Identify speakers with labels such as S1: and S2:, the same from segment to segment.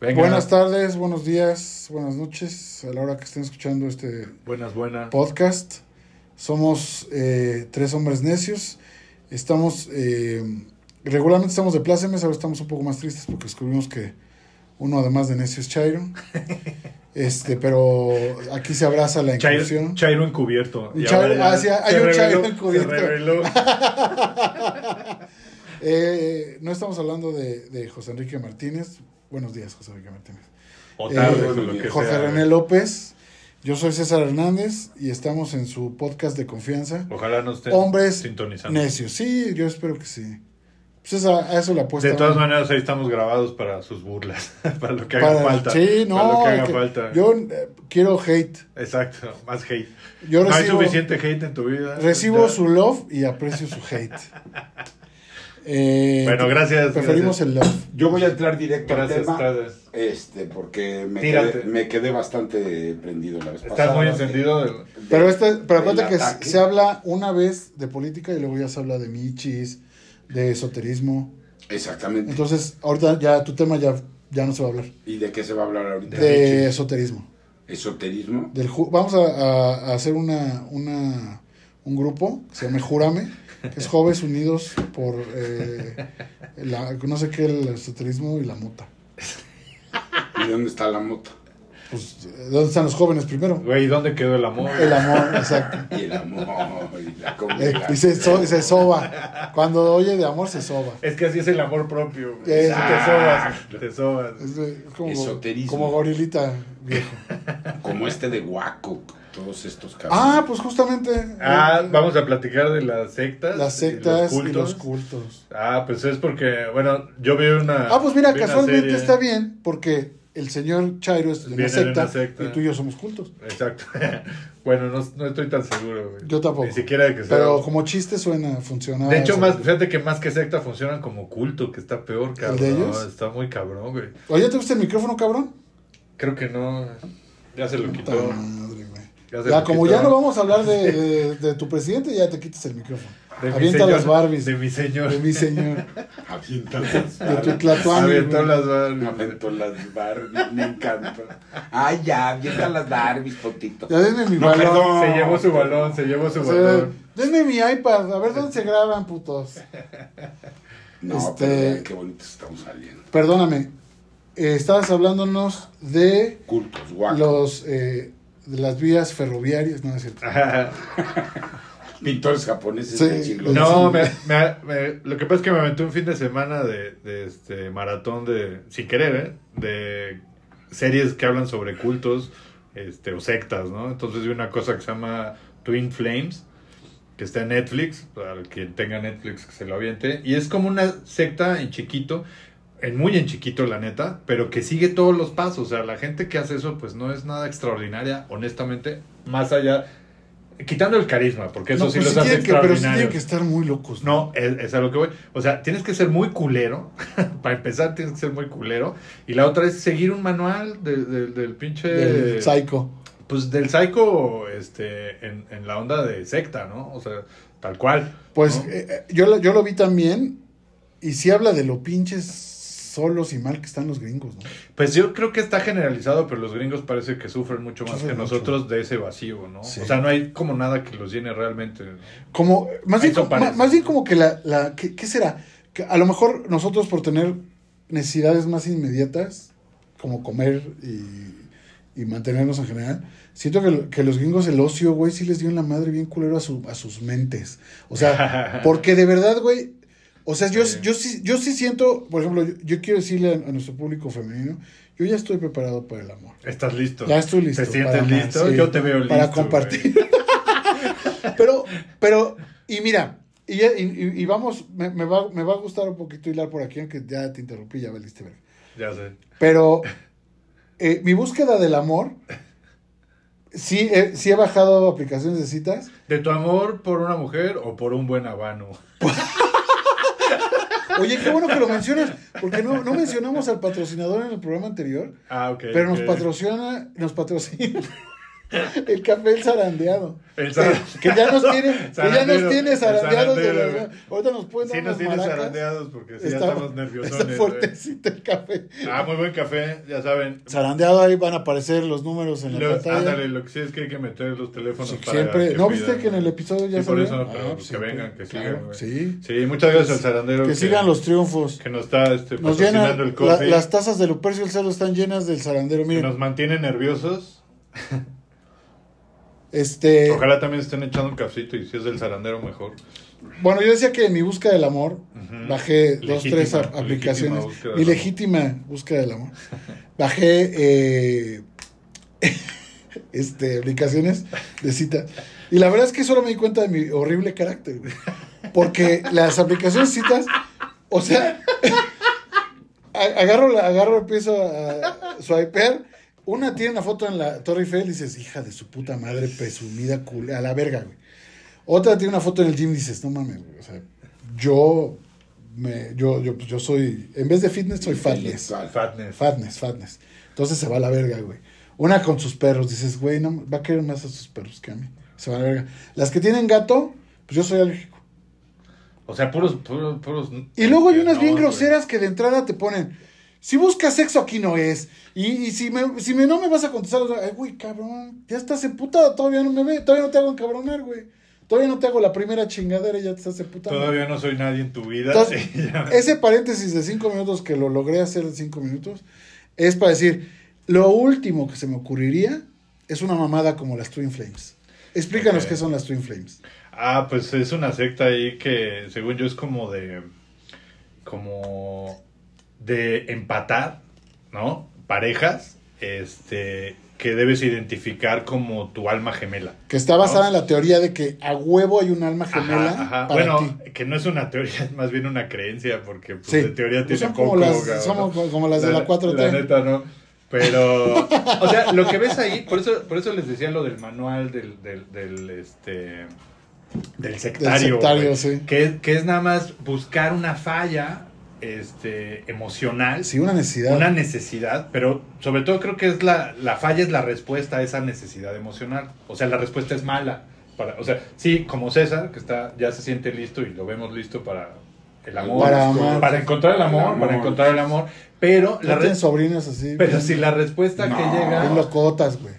S1: Venga.
S2: Buenas tardes, buenos días, buenas noches, a la hora que estén escuchando este
S1: Buenas, buenas.
S2: podcast. Somos eh, tres hombres necios. Estamos, eh, regularmente estamos de plácemes, ahora estamos un poco más tristes porque descubrimos que uno además de necio es Chairo. Este, pero aquí se abraza la
S1: Chairo,
S2: inclusión.
S1: Chairo encubierto.
S2: Un
S1: Y
S2: Chairo-
S1: ahora
S2: ah, sí, hay
S1: se
S2: un Chairo
S1: reveló-
S2: encubierto.
S1: Se reveló.
S2: Eh, no estamos hablando de, de José Enrique Martínez. Buenos días, José Enrique Martínez.
S1: O
S2: Eh,
S1: tarde, o lo que
S2: Jorge
S1: sea.
S2: René López. Yo soy César Hernández y estamos en su podcast de confianza.
S1: Ojalá no estén
S2: Hombres
S1: sintonizando.
S2: Necios. Sí, yo espero que sí. Pues esa- a eso la apuesta.
S1: De todas
S2: ¿no?
S1: maneras, ahí estamos grabados para sus burlas, para lo que haga
S2: Para-
S1: falta.
S2: Sí, no.
S1: Para lo que haga
S2: que-
S1: falta.
S2: Yo eh, quiero hate.
S1: Exacto, más hate.
S2: Yo
S1: no hay
S2: recibo,
S1: suficiente hate en tu vida.
S2: recibo
S1: Ya.
S2: su love y aprecio su hate. Eh,
S1: Bueno, gracias.
S2: Preferimos
S1: gracias.
S2: el love.
S3: Yo voy a entrar directo al
S1: Gracias,
S3: tema.
S1: gracias.
S3: Este, porque me
S1: Tírate.
S3: quedé, me quedé bastante prendido la vez pasada.
S1: Estás muy encendido. de-
S2: Pero, este, pero
S3: del
S2: acuérdate que
S3: ataque.
S2: se habla una vez de política y luego ya se habla de michis, de esoterismo.
S3: Exactamente.
S2: Entonces, ahorita ya tu tema ya, ya no se va a hablar.
S3: ¿Y de qué se va a hablar ahorita?
S2: De,
S1: michis.
S2: esoterismo.
S3: Esoterismo.
S2: Del ju- vamos a, a- a hacer una, una, un grupo que se llama Júrame, que es Jóvenes Unidos por eh, la, no sé qué, el esoterismo y la mota.
S3: ¿Y dónde está la moto?
S2: Pues, ¿dónde están los jóvenes primero?
S1: Güey, ¿dónde quedó el amor?
S2: El amor, exacto.
S3: Y el amor. Y la
S2: Eh,
S3: comida.
S2: y se, so- se soba. Cuando oye de amor, se soba.
S1: Es que así es el amor propio. güey.
S2: Es-
S1: Ah, te sobas, te sobas.
S2: Es de- como,
S3: Esoterismo.
S2: como gorilita viejo.
S3: Como este de Huaco. Todos estos cabros.
S2: Ah, pues justamente.
S1: Ah,
S2: eh,
S1: vamos a platicar de las sectas.
S2: Las
S1: y
S2: sectas y los cultos.
S1: Ah, pues es porque, bueno, yo vi una.
S2: Ah, pues mira,
S1: vi una
S2: casualmente
S1: serie.
S2: está bien porque el señor Chairo es de una
S1: Viene de
S2: secta,
S1: una secta.
S2: y tú y yo somos cultos.
S1: Exacto. bueno, no, no estoy tan seguro, güey.
S2: Yo tampoco.
S1: Ni siquiera de que sea.
S2: Pero como chiste suena, funciona.
S1: de hecho,
S2: o sea,
S1: más, fíjate que más que secta funcionan como culto, que está peor, cabrón.
S2: de ellos?
S1: Está muy cabrón, güey.
S2: Oye, ¿te gusta el micrófono, cabrón?
S1: Creo que no. Ya se lo quitó.
S2: Puta madre, güey.
S1: Ya se
S2: Ya,
S1: lo
S2: como
S1: quitó.
S2: ya no vamos a hablar de, de- de tu presidente, ya te quitas el micrófono.
S1: De mi
S2: Avienta
S1: señor-
S2: las Barbies.
S1: De
S2: De,
S1: mi señor.
S2: mi señor.
S3: Avienta las
S2: De tu
S3: Barbies.
S2: tlatoani,
S1: Aventó
S2: güey.
S1: las Barbies.
S3: Aventó las Barbies. Me encanta. Ay, ya. Avienta las Barbies, potito.
S2: Ya denme mi
S3: No,
S2: balón.
S3: perdón.
S1: Se llevó su balón, se llevó su
S2: O sea,
S1: balón.
S2: denme mi iPad, a ver dónde se graban, putos.
S3: No,
S2: Este-
S3: pero vean qué bonitos estamos saliendo.
S2: Perdóname, eh, estabas hablándonos de
S3: Cultos, Huaco.
S2: los eh, de las vías ferroviarias, ¿no es cierto?
S3: Pintores japoneses
S2: Sí,
S3: del siglo
S1: No, me, me- me- lo que pasa es que me aventé un fin de semana de, de este maratón de, sin querer, ¿eh? de series que hablan sobre cultos este, o sectas, ¿no? Entonces vi una cosa que se llama Twin Flames, que está en Netflix, para quien tenga Netflix que se lo aviente, y es como una secta en chiquito, en muy en chiquito la neta, pero que sigue todos los pasos, o sea, la gente que hace eso pues no es nada extraordinaria, honestamente, más allá, quitando el carisma, porque eso
S2: No,
S1: sí los
S2: pues sí
S1: hace
S2: tienen que- pero sí
S1: extraordinarios.
S2: tienen que estar muy locos.
S1: No, es, es a lo que voy. O sea, tienes que ser muy culero. Para empezar, tienes que ser muy culero. Y la otra es seguir un manual de- de- del pinche. Eh,
S2: Del psycho.
S1: pues del psycho este, en, en la onda de secta, ¿no? O sea, tal cual.
S2: Pues
S1: ¿no?
S2: eh, eh, yo, lo- yo lo vi también y sí habla de lo pinches solos y mal que están los gringos, ¿no?
S1: Pues yo creo que está generalizado, pero los gringos parece que sufren mucho más
S2: Sufren
S1: que
S2: mucho.
S1: nosotros de ese vacío, ¿no?
S2: Sí.
S1: O sea, no hay como nada que los llene realmente. ¿no?
S2: Como, más, bien,
S1: Eso
S2: como- ma-
S1: parece.
S2: más, bien como que la, la ¿qué, qué será? Que a lo mejor nosotros por tener necesidades más inmediatas, como comer y, y mantenernos en general, siento que, lo- que los gringos el ocio, güey, sí les dio en la madre bien culero a, su- a sus mentes. O sea, porque de verdad, güey, o sea, yo,
S1: Sí.
S2: yo, sí, yo sí siento, por ejemplo, yo, yo quiero decirle a, a nuestro público femenino, yo ya estoy preparado para el amor.
S1: Estás listo.
S2: Ya estoy listo.
S1: ¿Te sientes
S2: para amar,
S1: listo?
S2: sí,
S1: Yo te veo listo.
S2: Para
S1: güey.
S2: compartir. pero, pero, y mira, y, ya- y- y- y vamos, me, me va, me va a gustar un poquito hilar por aquí, aunque ya te interrumpí, ya valiste verga.
S1: Ya sé.
S2: Pero eh, mi búsqueda del amor, sí, he- sí he bajado aplicaciones de citas,
S1: ¿De tu amor por una mujer o por un buen habano?
S2: Oye, qué bueno que lo mencionas, porque no, no mencionamos al patrocinador en el programa anterior,
S1: Ah, ok.
S2: pero nos
S1: ok.
S2: patrocina, nos patrocina El café el zarandeado. Eh,
S1: El zar-
S2: Que ya nos tiene, que ya nos
S1: Zarandero,
S2: tiene
S1: el
S2: zarandeados de
S1: zarandero,
S2: las-
S1: güey.
S2: Ahorita nos pueden dar
S1: Sí nos
S2: unas
S1: tienes
S2: maracas.
S1: zarandeados porque sí,
S2: Está-
S1: ya estamos
S2: Está
S1: nerviosones. ¿eh? güey.
S2: fuertecito el café.
S1: Ah, muy buen café, ya saben.
S2: Zarandeado ahí van a aparecer los números en la
S1: Los-
S2: pantalla.
S1: ándale, lo que sí es que hay que meter los teléfonos
S2: Sí,
S1: para
S2: siempre.
S1: que
S2: ¿No
S1: pidan,
S2: viste que en el
S1: güey.
S2: episodio ya
S1: Sí, por
S2: salió?
S1: eso, pero
S2: Ah,
S1: pues
S2: sí,
S1: que vengan, que
S2: claro,
S1: sigan. güey.
S2: Sí. Pues,
S1: Sí, muchas gracias al zarandero.
S2: Que, sigan los triunfos.
S1: Que nos está este,
S2: Nos
S1: patrocinando el
S2: llenan la-
S1: coffee.
S2: las tazas de Lupercio el Cero están llenas del zarandero.
S1: que
S2: Miren,
S1: nos mantiene nerviosos.
S2: este,
S1: Ojalá también estén echando un cafecito y si es del zarandero, mejor.
S2: bueno, yo decía que en mi búsqueda del amor
S1: Ujú.
S2: bajé dos,
S1: Legítima,
S2: tres a-
S1: legítima
S2: aplicaciones.
S1: búsqueda
S2: Mi
S1: del amor.
S2: legítima búsqueda del amor. Bajé eh, este, aplicaciones de cita. Y la verdad es que solo me di cuenta de mi horrible carácter. güey. Porque las aplicaciones de citas, o sea, a- agarro, la- agarro, empiezo a swipear. Una tiene una foto en la Torre Eiffel y dices, hija de su puta madre, presumida, cul a la verga, güey. Otra tiene una foto en el gym y dices, no mames, güey. O sea, yo, me, yo, yo, pues, yo soy, en vez de fitness, soy fatness.
S3: Intelectual.
S1: Fatness.
S2: Fatness, fatness. Entonces se va a la verga, güey. Una con sus perros, dices, güey, no, va a querer más a sus perros que a mí. Se va a la verga. Las que tienen gato, pues yo soy alérgico.
S1: O sea, puros, puros, puros.
S2: Y luego hay unas bien
S1: No, güey.
S2: groseras que de entrada te ponen. Si buscas sexo aquí no es. Y, y si, me, si me- no me vas a contestar, o sea, ay, güey, cabrón, ya estás emputado, todavía no me ve, todavía no te hago encabronar, güey. Todavía no te hago la primera chingadera y ya te estás emputando.
S1: Todavía no soy nadie en tu vida.
S2: Entonces,
S1: Sí, ya.
S2: ese paréntesis de cinco minutos que lo logré hacer en cinco minutos es para decir, lo último que se me ocurriría es una mamada como las Twin Flames. Explícanos
S1: Ok.
S2: qué son las Twin Flames.
S1: Ah, pues es una secta ahí que, según yo, es como de. como. de empatar, ¿no? Parejas, este. que debes identificar como tu alma gemela.
S2: Que está basada en la teoría de que a huevo hay un alma
S1: Ajá,
S2: gemela
S1: ajá.
S2: para
S1: Bueno,
S2: ti.
S1: que no es una teoría, es más bien una creencia, porque pues,
S2: Sí.
S1: de teoría
S2: Pues
S1: tiene
S2: son como
S1: poco.
S2: las,
S1: cabrón.
S2: somos co- como las de la 4T.
S1: La neta, no. Pero, o sea, lo que ves ahí, por eso, por eso les decía lo del manual del, del, del, este, del sectario.
S2: sectario,
S1: güey.
S2: sí.
S1: Que, que es nada más buscar una falla este, emocional,
S2: sí, una necesidad.
S1: una necesidad, pero sobre todo creo que es la, la falla es la respuesta a esa necesidad emocional. O sea, la respuesta es mala. Para, o sea, sí, como César, que está, ya se siente listo y lo vemos listo para el amor.
S2: Para
S1: Para,
S2: amar.
S1: encontrar el amor,
S3: El amor.
S1: para encontrar el amor. Pero,
S2: ¿No
S1: la
S2: tienen
S1: re-
S2: sobrinas así.
S1: pero
S2: bien-
S1: si la respuesta que
S3: No.
S2: bien
S1: llega,
S2: locotas, güey.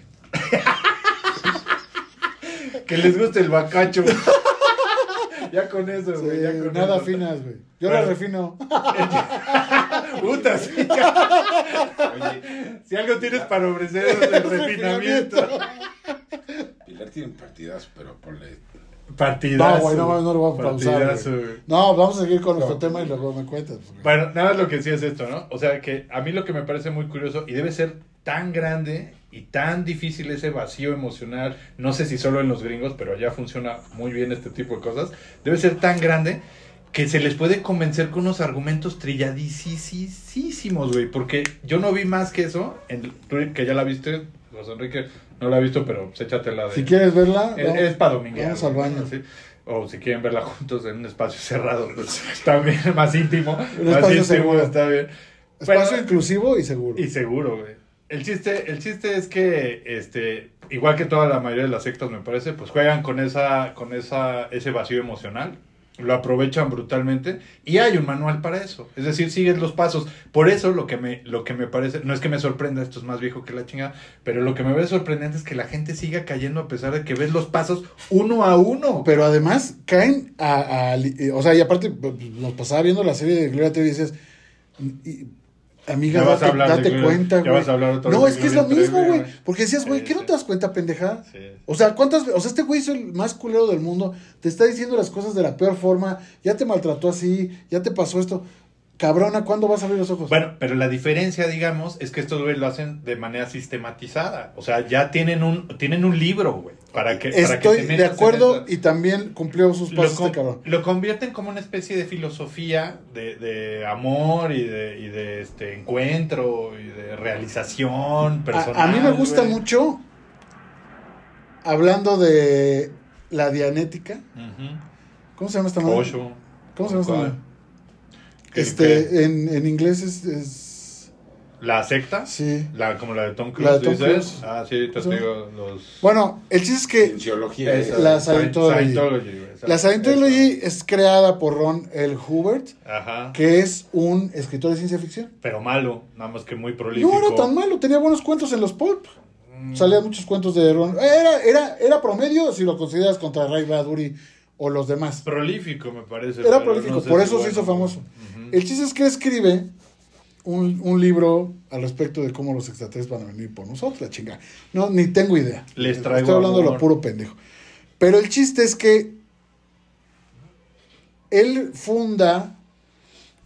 S1: que les guste el bacacho. ya con eso, güey. ya
S2: Sí,
S1: con
S2: nada
S1: eso.
S2: finas, güey. Yo
S1: Bueno.
S2: las refino.
S1: Puta, sí.
S3: Oye,
S1: Si algo tienes para ofrecer es el refinamiento.
S3: Pilar tiene partidas, pero ponle.
S1: Partidazo.
S2: No, güey, no mames, no lo voy a pausar,
S1: Partidazo,
S2: güey.
S1: güey.
S2: No, vamos a seguir con nuestro
S1: No.
S2: tema y luego me cuentas. güey.
S1: Bueno, nada más lo que sí es esto, ¿no? O sea, que a mí lo que me parece muy curioso y debe ser tan grande y tan difícil ese vacío emocional, no sé si solo en los gringos, pero allá funciona muy bien este tipo de cosas, debe ser tan grande que se les puede convencer con unos argumentos trilladísimos, güey, porque yo no vi más que eso, en, tú que ya la viste, José Enrique no la ha visto, pero pues, échatela de...
S2: si quieres verla,
S1: Es,
S2: vamos.
S1: para dominguear.
S2: vamos al
S1: güey,
S2: baño.
S1: ¿sí? O si quieren verla juntos en un espacio cerrado, pues, también más íntimo.
S2: Un
S1: más
S2: espacio
S1: íntimo
S2: seguro.
S1: está bien.
S2: espacio
S1: Bueno,
S2: inclusivo y seguro.
S1: y seguro, güey. El chiste, el chiste es que, este, igual que toda la mayoría de las sectas, me parece, pues juegan con esa, con esa, ese vacío emocional, lo aprovechan brutalmente y hay un manual para eso. Es decir, sigues los pasos. Por eso lo que me, lo que me parece, no es que me sorprenda, esto es más viejo que la chingada, pero lo que me ve sorprendente es que la gente siga cayendo a pesar de que ves los pasos uno a uno.
S2: Pero además caen a, a li- eh, O sea, y aparte pues, nos pasaba viendo la serie de Gloria Trevi y dices... y- Amiga,
S1: Ya vas a
S2: date,
S1: hablar de
S2: date
S1: Gloria-
S2: cuenta,
S1: ya
S2: güey.
S1: vas a hablar otra
S2: no,
S1: vez
S2: es
S1: de eh,
S2: que es lo
S1: Gloria
S2: mismo,
S1: Trevi,
S2: güey.
S1: güey.
S2: Porque decías, güey,
S1: Sí,
S2: ¿qué no
S1: sí.
S2: te das cuenta, pendeja?
S1: Sí.
S2: O sea, ¿cuántas ve- O sea, este güey es el más culero del mundo. Te está diciendo las cosas de la peor forma. Ya te maltrató así. Ya te pasó esto. Cabrona, ¿cuándo vas a abrir los ojos?
S1: Bueno, pero la diferencia, digamos, es que estos güeyes lo hacen de manera sistematizada. O sea, ya tienen un, tienen un libro, güey, para que, para que te
S2: Estoy de
S1: metas en
S2: acuerdo
S1: esa-
S2: y también cumplió sus
S1: lo,
S2: pasos
S1: con-
S2: este cabrón.
S1: lo convierten como una especie de filosofía de, de amor y de, y de este encuentro y de realización
S2: A-
S1: personal.
S2: A, mí me gusta
S1: güey.
S2: mucho, hablando de la dianética,
S1: Ujú.
S2: ¿cómo se llama esta madre?
S1: Osho.
S2: ¿Cómo se llama esta
S1: ¿Cuál?
S2: madre?
S1: ¿Qué- qué?
S2: Este, en, en inglés es, es
S1: ¿La secta?
S2: Sí.
S1: La, como la de Tom
S2: La de
S1: Cruise,
S2: Tom
S1: dices.
S2: Cruise.
S1: Ah, sí, te
S2: Sí.
S1: digo los...
S2: Bueno, el chiste es que
S3: Cienciología.
S1: Esa,
S2: la
S1: Sci-
S2: Scientology.
S1: güey, esa-
S2: la Scientology es creada por Ron L. Hubert,
S1: esa. Ajá.
S2: que es un escritor de ciencia ficción.
S1: Pero malo, nada más que muy prolífico. Mm,
S2: No era tan malo, tenía buenos cuentos en los pulp. Salían muchos cuentos de Ron. Era, era, era promedio si lo consideras contra Ray Bradbury o los demás.
S1: Prolífico, me parece.
S2: Era
S1: pero
S2: prolífico,
S1: no sé
S2: por
S1: si
S2: eso se
S1: bueno.
S2: hizo famoso.
S1: Ujú.
S2: El chiste es que escribe un, un libro al respecto de cómo los extraterrestres van a venir por nosotros, la chinga. No, ni tengo idea.
S1: Les traigo
S2: Estoy hablando de lo
S1: amor.
S2: puro pendejo. Pero el chiste es que él funda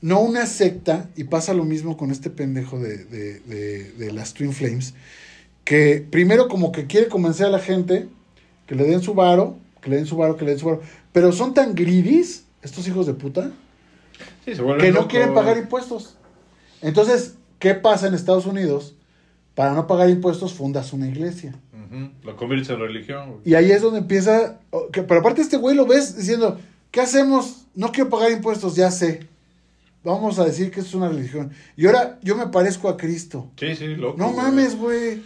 S2: no una secta, y pasa lo mismo con este pendejo de, de- de- de las Twin Flames, que primero como que quiere convencer a la gente que le den su varo, que le den su varo, que le den su varo, pero son tan greedies estos hijos de puta
S1: Sí, se vuelven
S2: que no
S1: locos.
S2: quieren pagar impuestos. Entonces, ¿qué pasa en Estados Unidos? Para no pagar impuestos fundas una iglesia.
S1: Ujú, Lo conviertes en religión. güey.
S2: Y ahí es donde empieza... o- que- pero aparte este güey lo ves diciendo, ¿qué hacemos? No quiero pagar impuestos, ya sé. Vamos a decir que esto es una religión. Y ahora yo me parezco a Cristo.
S1: Sí, sí, loco.
S2: No
S1: güey.
S2: mames, güey.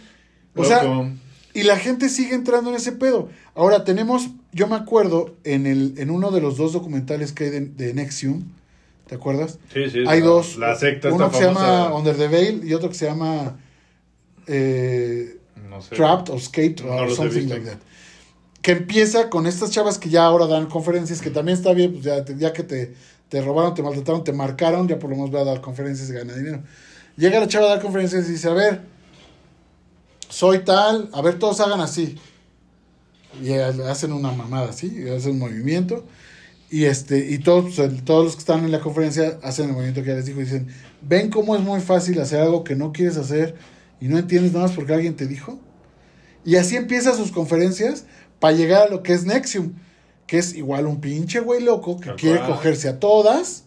S2: O
S1: Loco.
S2: sea, y la gente sigue entrando en ese pedo. Ahora tenemos, yo me acuerdo en, el, en uno de los dos documentales que hay de, de Nexium, ¿te acuerdas?
S1: Sí, sí,
S2: Hay
S1: la-
S2: dos.
S1: La secta
S2: Uno
S1: está
S2: que se
S1: famosa.
S2: llama Under the Veil y otro que se llama eh,
S1: No sé.
S2: Trapped or Escaped
S1: No
S2: or
S1: los he
S2: something
S1: visto.
S2: like that. Que empieza con estas chavas que ya ahora dan conferencias, que también está bien, pues ya, te- ya que te, te robaron, te maltrataron, te marcaron, ya por lo menos va a dar conferencias y gana dinero. Llega la chava a dar conferencias y dice, a ver, soy tal, a ver, todos hagan así. Y eh, hacen una mamada así, y hacen un movimiento. Y, este, y todos, el- todos los que están en la conferencia hacen el movimiento que ya les dijo y dicen, ven cómo es muy fácil hacer algo que no quieres hacer y no entiendes nada más porque alguien te dijo. Y así empieza sus conferencias para llegar a lo que es Nexium, que es igual un pinche güey loco que
S1: Tal
S2: quiere
S1: cual.
S2: cogerse a todas,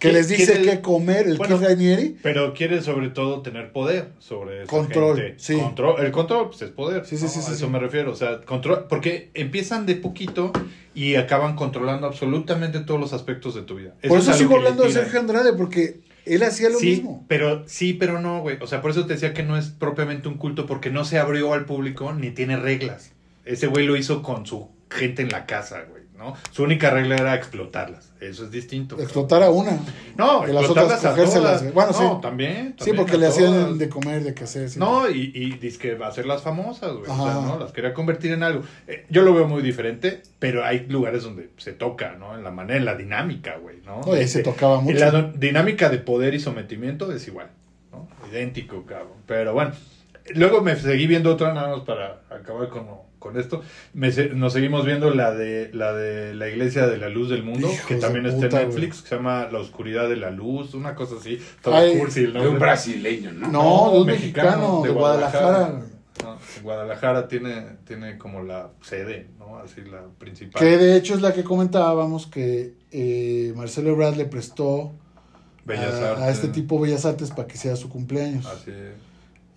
S2: que
S1: Sí,
S2: les dice
S1: quiere-
S2: qué comer, el
S1: Bueno,
S2: Keith Ranieri.
S1: Pero quiere sobre todo tener poder sobre esa
S2: Control,
S1: gente.
S2: sí.
S1: Control, el control pues, es poder.
S2: Sí, sí,
S1: ¿no?
S2: sí, sí,
S1: a eso
S2: sí.
S1: me refiero. O sea, control, porque empiezan de poquito y acaban controlando absolutamente todos los aspectos de tu vida.
S2: Por eso
S1: es a lo que
S2: sigo
S1: le
S2: hablando de
S1: tiran.
S2: Sergio Andrade, porque él hacía lo
S1: sí,
S2: mismo.
S1: Pero, sí, pero no, güey. O sea, por eso te decía que no es propiamente un culto, porque no se abrió al público ni tiene reglas. Ese güey lo hizo con su gente en la casa, güey, ¿no? Su única regla era explotarlas. Eso es distinto. cabrón.
S2: Explotar a una.
S1: No,
S2: de las
S1: explotarlas
S2: otras
S1: a
S2: cogérselas,
S1: todas.
S2: güey. Bueno,
S1: No,
S2: sí.
S1: también.
S2: Sí,
S1: también
S2: porque
S1: a
S2: le
S1: todas.
S2: hacían de comer, de qué hacer. sí.
S1: No, y, y dice que va a ser las famosas, güey. O sea,
S2: Ajá.
S1: ¿no? Las quería convertir en algo. Eh, yo lo veo muy diferente, pero hay lugares donde se toca, ¿no? En la manera, en la dinámica, güey, ¿no?
S2: No, y ahí se
S1: Este,
S2: tocaba mucho.
S1: la do- dinámica de poder y sometimiento es igual, ¿no? Idéntico, cabrón. Pero bueno, luego me seguí viendo otra, nada más para acabar con, con esto. Me se- nos seguimos viendo la de la de la Iglesia de la Luz del Mundo,
S2: Hijos
S1: que
S2: de
S1: también está
S2: puta,
S1: en Netflix, que se llama La Oscuridad de la Luz, una cosa así. Todo
S2: Ay,
S1: cursi el
S3: De un
S1: nombre.
S3: brasileño, ¿no?
S2: No, de un
S1: mexicano,
S2: mexicano,
S1: de
S2: de Guadalajara.
S1: Guadalajara. No, Guadalajara tiene, tiene como la sede, ¿no? Así la principal.
S2: Que de hecho es la que comentábamos que eh, Marcelo Ebrard le prestó
S1: Bellas
S2: a,
S1: Artes.
S2: a este tipo Bellas Artes para que hiciera su cumpleaños.
S1: Así es.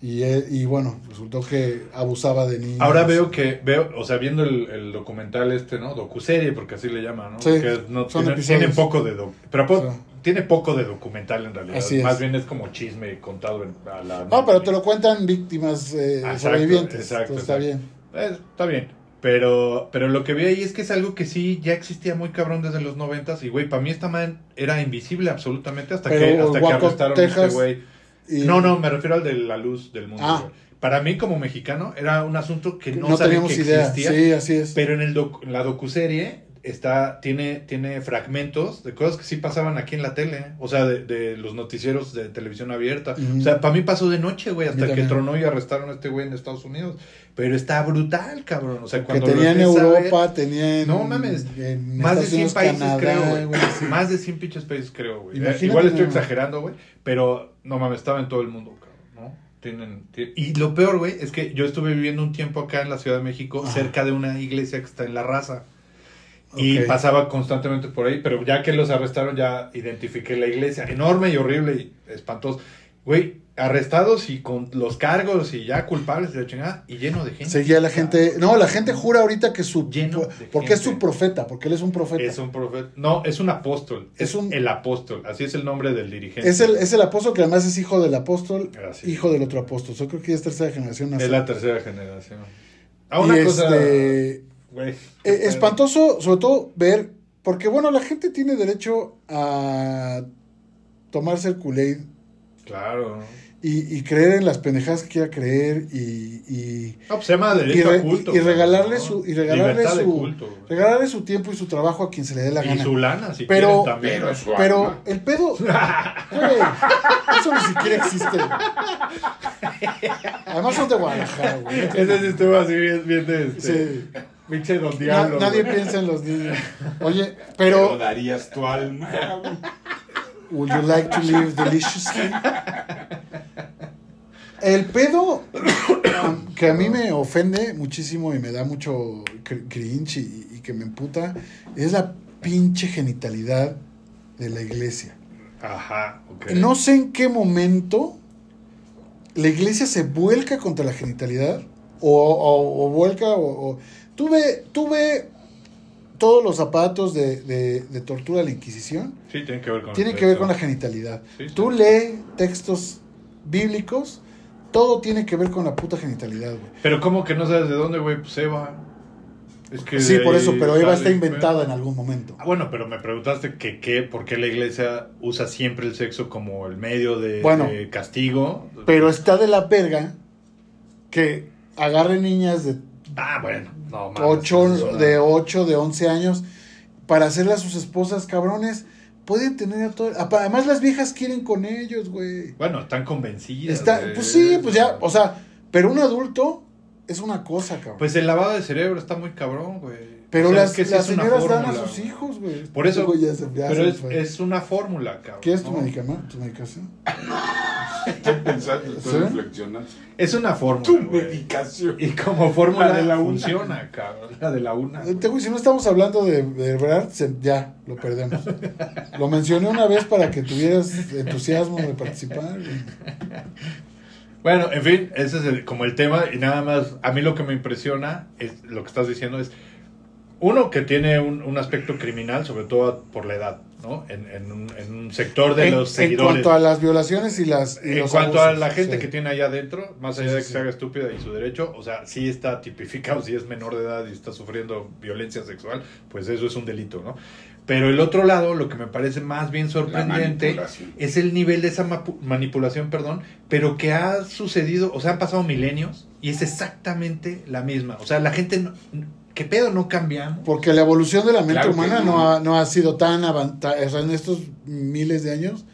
S2: Y, él- y bueno, resultó que abusaba de niños.
S1: Ahora veo que, veo, o sea, viendo el, el documental este, ¿no? Docuserie, porque así le llaman, ¿no?
S2: Sí,
S1: Que no
S2: son
S1: tiene,
S2: episodios.
S1: tiene poco de doc- pero po-
S2: Sí.
S1: tiene poco de documental en realidad.
S2: Así es.
S1: Más bien es como chisme contado en- a la
S2: No, pero te lo cuentan víctimas eh,
S1: Exacto,
S2: sobrevivientes.
S1: exacto,
S2: Entonces, está
S1: exacto.
S2: bien.
S1: Eh, está bien. Pero, pero lo que vi ahí es que es algo que sí ya existía muy cabrón desde los noventas. Y güey, para mí esta man era invisible absolutamente hasta
S2: Pero
S1: que, hasta que
S2: Waco,
S1: arrestaron a
S2: Texas,
S1: este güey.
S2: Y
S1: No, no, me refiero al de la luz del mundo.
S2: Ah.
S1: güey. Para mí, como mexicano, era un asunto que no,
S2: no
S1: sabía
S2: teníamos
S1: que
S2: idea.
S1: existía.
S2: Sí, así es.
S1: Pero en, el doc- en la docuserie está, tiene, tiene fragmentos de cosas que sí pasaban aquí en la tele, o sea, de, de los noticieros de televisión abierta.
S2: Ujú.
S1: O sea, para mí pasó de noche, güey,
S2: Yo
S1: hasta que
S2: también.
S1: tronó y arrestaron a este güey en Estados Unidos. Pero está brutal, cabrón. O sea,
S2: que
S1: cuando lo
S2: tenía en
S1: empiezas a ver,
S2: Europa, tenía en.
S1: No mames,
S2: en
S1: más de
S2: Estados
S1: 100
S2: Unidos,
S1: países,
S2: Canadá,
S1: creo,
S2: güey.
S1: güey. Más de 100 pinches países, creo, güey. Eh,
S2: Imagínate
S1: Igual estoy
S2: nada más.
S1: exagerando, güey. Pero no mames, estaba en todo el mundo, cabrón, ¿no? Tienen, tie- Y lo peor, güey, es que yo estuve viviendo un tiempo acá en la Ciudad de México,
S2: Ajá.
S1: cerca de una iglesia que está en La Raza. Y
S2: Ok.
S1: pasaba constantemente por ahí, pero ya que los arrestaron, ya identifiqué la iglesia. Enorme y horrible y espantoso. Güey, arrestados y con los cargos y ya culpables de la chingada y lleno de gente.
S2: Seguía la gente. No, la gente jura ahorita que su.
S1: Lleno de
S2: porque es
S1: gente.
S2: su profeta, porque él es un profeta.
S1: Es un profeta. No, es un apóstol.
S2: Es
S1: Es,
S2: un-
S1: el apóstol. Así es el nombre del dirigente.
S2: Es el, es el apóstol que además es hijo del apóstol,
S1: Gracias.
S2: hijo del otro apóstol. Yo creo que ya es tercera generación.
S1: Es
S2: así.
S1: la tercera generación. Ah,
S2: Y
S1: una cosa.
S2: este, eh,
S1: güey, qué pedo.
S2: espantoso, sobre todo, ver, porque bueno, la gente tiene derecho a tomarse el Kool-Aid
S1: Claro.
S2: y, y creer en las pendejadas que quiera creer y, y
S1: No, pues se llama
S2: Y
S1: derecho
S2: re-
S1: a culto.
S2: y
S1: güey,
S2: regalarle
S1: ¿no?
S2: su- y regalarle
S1: Libertad de
S2: su-
S1: culto, güey.
S2: regalarle su tiempo y su trabajo a quien se le dé la
S1: y
S2: gana.
S1: su lana, si
S2: Pero-
S1: quieren también.
S3: Pero su
S2: Pero
S3: alma.
S2: el pedo. güey, eso ni siquiera existe. güey. Además son de Guadalajara, güey.
S1: Ese sistema así bien, bien de este.
S2: Sí.
S1: Pinche don
S2: Na-
S1: diablo.
S2: nadie
S1: güey.
S2: piensa en los niños. Oye,
S3: Pero
S2: pero.
S3: darías tu alma.
S2: Would you like to live deliciously? El pedo um, que a mí me ofende muchísimo y me da mucho cr- cringe y, y que me emputa es la pinche genitalidad de la iglesia.
S1: Ajá, ok.
S2: No sé en qué momento la iglesia se vuelca contra la genitalidad o, o- o vuelca o... o- Tuve, tuve todos los zapatos de, de- de tortura de la Inquisición.
S1: Sí, tiene que ver con.
S2: Tiene que ver con la genitalidad.
S1: Sí, sí.
S2: Tú lee textos bíblicos, todo tiene que ver con la puta genitalidad, güey.
S1: Pero ¿cómo que no sabes de dónde, güey? Pues Eva. Es que
S2: Sí,
S1: de
S2: por
S1: ahí
S2: eso, pero Eva
S1: sale,
S2: está
S1: güey.
S2: inventada en algún momento.
S1: Ah, Bueno, pero me preguntaste que qué, por qué la iglesia usa siempre el sexo como el medio de,
S2: Bueno.
S1: de castigo.
S2: Pero está de la verga que agarre niñas de
S1: Ah, bueno, no mames, eso es
S2: 8,
S1: una-
S2: de 8, de 11 años para hacerlas sus esposas, cabrones. Pueden tener a todo. apa- Además, las viejas quieren con ellos, güey.
S1: Bueno, están convencidas.
S2: Está,
S1: güey.
S2: pues sí, pues ya, o sea, pero un adulto es una cosa, cabrón.
S1: Pues el lavado de cerebro está muy cabrón, güey.
S2: Pero
S1: O sea,
S2: las,
S1: es que sí
S2: las
S1: es una
S2: señoras dan a
S1: fórmula,
S2: sus
S1: güey.
S2: hijos, güey.
S1: Por eso-
S2: Luego ya se- ya
S1: Pero
S2: se
S1: es,
S2: fue.
S1: es una fórmula, cabrón.
S2: ¿Qué es tu,
S1: ¿no?
S2: medicamento, tu medicación?
S3: Estoy pensando, estoy
S2: ¿Sí?
S3: reflexionando.
S1: Es una fórmula.
S3: Tu
S1: güey.
S3: medicación.
S1: Y como fórmula
S3: La de la una.
S1: funciona, cabrón. La de la una.
S2: Eh, te digo, si no estamos hablando de, de Brad, se- ya, lo perdemos. Lo mencioné una vez para que tuvieras entusiasmo de participar. güey.
S1: Bueno, en fin, ese es el- como el tema y nada más, a mí lo que me impresiona es lo que estás diciendo es, uno que tiene un, un aspecto criminal, sobre todo por la edad, ¿no? En, en un, en un sector de
S2: en,
S1: los
S2: en
S1: seguidores.
S2: cuanto a las violaciones y las. y
S1: En
S2: los
S1: cuanto a
S2: abusos,
S1: la gente
S2: sí.
S1: que tiene allá adentro, más
S2: Sí,
S1: allá
S2: sí,
S1: de que
S2: sí.
S1: se haga estúpida y su derecho, o sea, si está tipificado, si es menor de edad y está sufriendo violencia sexual, pues eso es un delito, ¿no? Pero el otro lado, lo que me parece más bien
S3: La
S1: sorprendente
S3: manipulación.
S1: es el nivel de esa mapu- manipulación, perdón, pero que ha sucedido, o sea, han pasado milenios y es exactamente la misma. O sea, la gente, no, ¿qué pedo no cambiamos?
S2: Porque la evolución de la mente
S3: Claro que
S2: humana
S3: no.
S2: no. ha, no ha sido tan avanzada. O sea, en estos miles de años,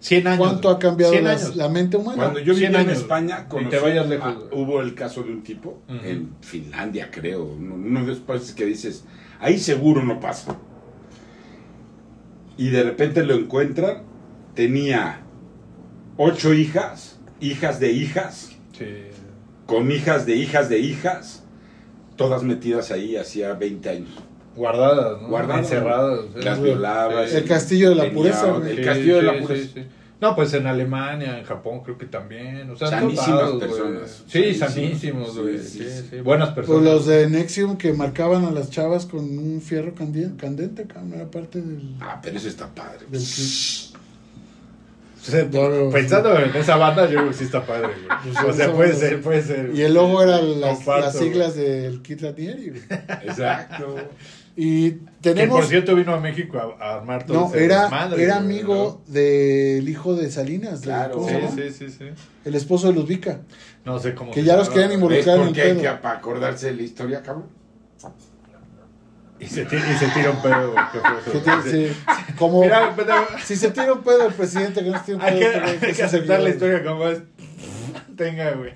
S1: 100 años.
S2: ¿cuánto ha cambiado
S1: 100
S2: las-
S1: años.
S2: la mente humana?
S3: Cuando
S1: 100
S3: yo vivía en
S1: años.
S3: España,
S1: Y
S3: conocí,
S1: te vayas lejos.
S3: ah, hubo el caso de un tipo
S1: Ujú.
S3: en Finlandia, creo, uno, uno de los países que dices, ahí seguro no pasa. Y de repente lo encuentran, tenía ocho hijas, hijas de hijas,
S1: Sí.
S3: con hijas de hijas de hijas, todas metidas ahí hacía 20 años.
S1: Guardadas, ¿no?
S3: Guardadas.
S1: Encerradas.
S3: Las
S1: Sí.
S3: violaba.
S1: Sí.
S2: El castillo de la
S3: Tenía
S2: pureza,
S3: otra-
S2: güey.
S3: El
S1: Sí,
S3: castillo de
S1: sí,
S3: la
S1: sí,
S3: pureza.
S1: sí. No, pues en Alemania, en Japón creo que también. O sea, en todos
S3: Sanísimas
S1: güey.
S3: personas.
S1: Sí,
S3: Sanísimas.
S1: sanísimos,
S3: Sí,
S1: güey.
S3: sí,
S1: Sí,
S3: sí.
S1: sí. Buenas
S2: Pues
S1: personas.
S2: los de Nexium que marcaban a las chavas con un fierro candien- candente, cabrón, era parte del.
S3: Ah, pero eso está padre.
S2: del club.
S1: Se-
S2: No, no,
S1: Pensando en esa banda, yo creo que sí está padre, güey.
S2: Pues,
S1: O sea,
S2: esa
S1: puede
S2: banda,
S1: ser,
S2: sí.
S1: puede ser.
S2: Y el logo eran las,
S1: Comparto,
S2: las siglas del Kit Ranieri. güey.
S3: Exacto.
S2: Y
S1: Que por
S2: tenemos.
S1: cierto vino a México a, a armar todo
S2: No,
S1: ese
S2: era,
S1: desmadre,
S2: era
S1: güey,
S2: amigo del hijo de Salinas, de-
S3: Claro.
S1: ¿no?
S2: ¿cómo
S1: Sí,
S2: se llama?
S1: sí, sí, sí.
S2: el esposo de Ludvica.
S1: No sé cómo.
S2: Que
S1: se
S2: ya los
S1: llamaba,
S2: quieren
S1: güey.
S2: involucrar.
S3: ¿Ves
S2: Volcán,
S3: por
S2: el
S3: qué
S2: pedo.
S3: hay que para acordarse de la historia, cabrón?
S1: Y se, ti- y se tira un pedo, güey, que fue eso,
S2: Que
S1: güey.
S2: tiene- sí, como,
S1: Mira, pero
S2: si se tira un pedo el presidente, que no se tira un pedo.
S1: hay que,
S2: otro güey,
S1: hay que
S2: se
S1: aceptar la
S2: servidor.
S1: historia como es. Tenga, güey.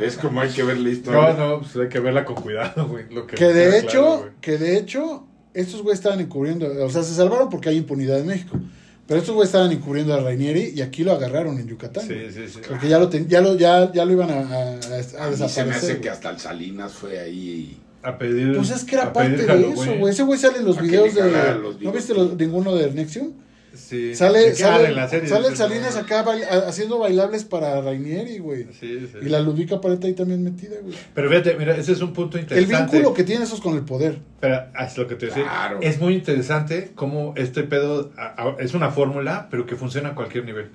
S3: ¿Ves cómo hay que ver la
S1: No,
S3: historia?
S1: no, pues hay que verla con cuidado, güey. lo que,
S2: Que de
S1: claro,
S2: hecho,
S1: güey.
S2: que de hecho, estos güeyes estaban encubriendo, o sea, se salvaron porque hay impunidad en México. Pero estos güeyes estaban encubriendo a Rainieri y aquí lo agarraron en Yucatán.
S1: Sí, sí, sí.
S2: Porque ya lo, ten- ya lo, ya, ya lo iban a, a- a- a
S3: A mí se me hace
S2: desaparecer.
S3: que
S2: güey.
S3: hasta el Salinas fue ahí.
S1: A pedir.
S2: Pues es que era
S1: a
S2: parte
S1: pedir
S2: de
S1: jalo,
S2: eso, güey. Ese güey sale en los
S3: A que
S2: videos
S3: le
S2: de.
S3: jalaran los
S2: ¿No
S3: videos.
S2: viste los- ninguno de Nexium?
S1: Sí.
S2: Sale,
S1: Sí,
S2: sale,
S1: de la serie,
S2: sale el
S1: dices,
S2: Salinas
S1: no.
S2: acá bail- a- haciendo bailables para Rainieri, güey.
S1: Sí, sí.
S2: Y la Ludica Paleta ahí también metida, güey.
S1: Pero fíjate, mira, ese es un punto
S2: El
S1: interesante.
S2: vínculo que tiene esos con el poder.
S1: Pero es lo que te decía.
S3: Claro.
S1: Es muy interesante cómo este pedo a- a- es una fórmula, pero que funciona a cualquier nivel.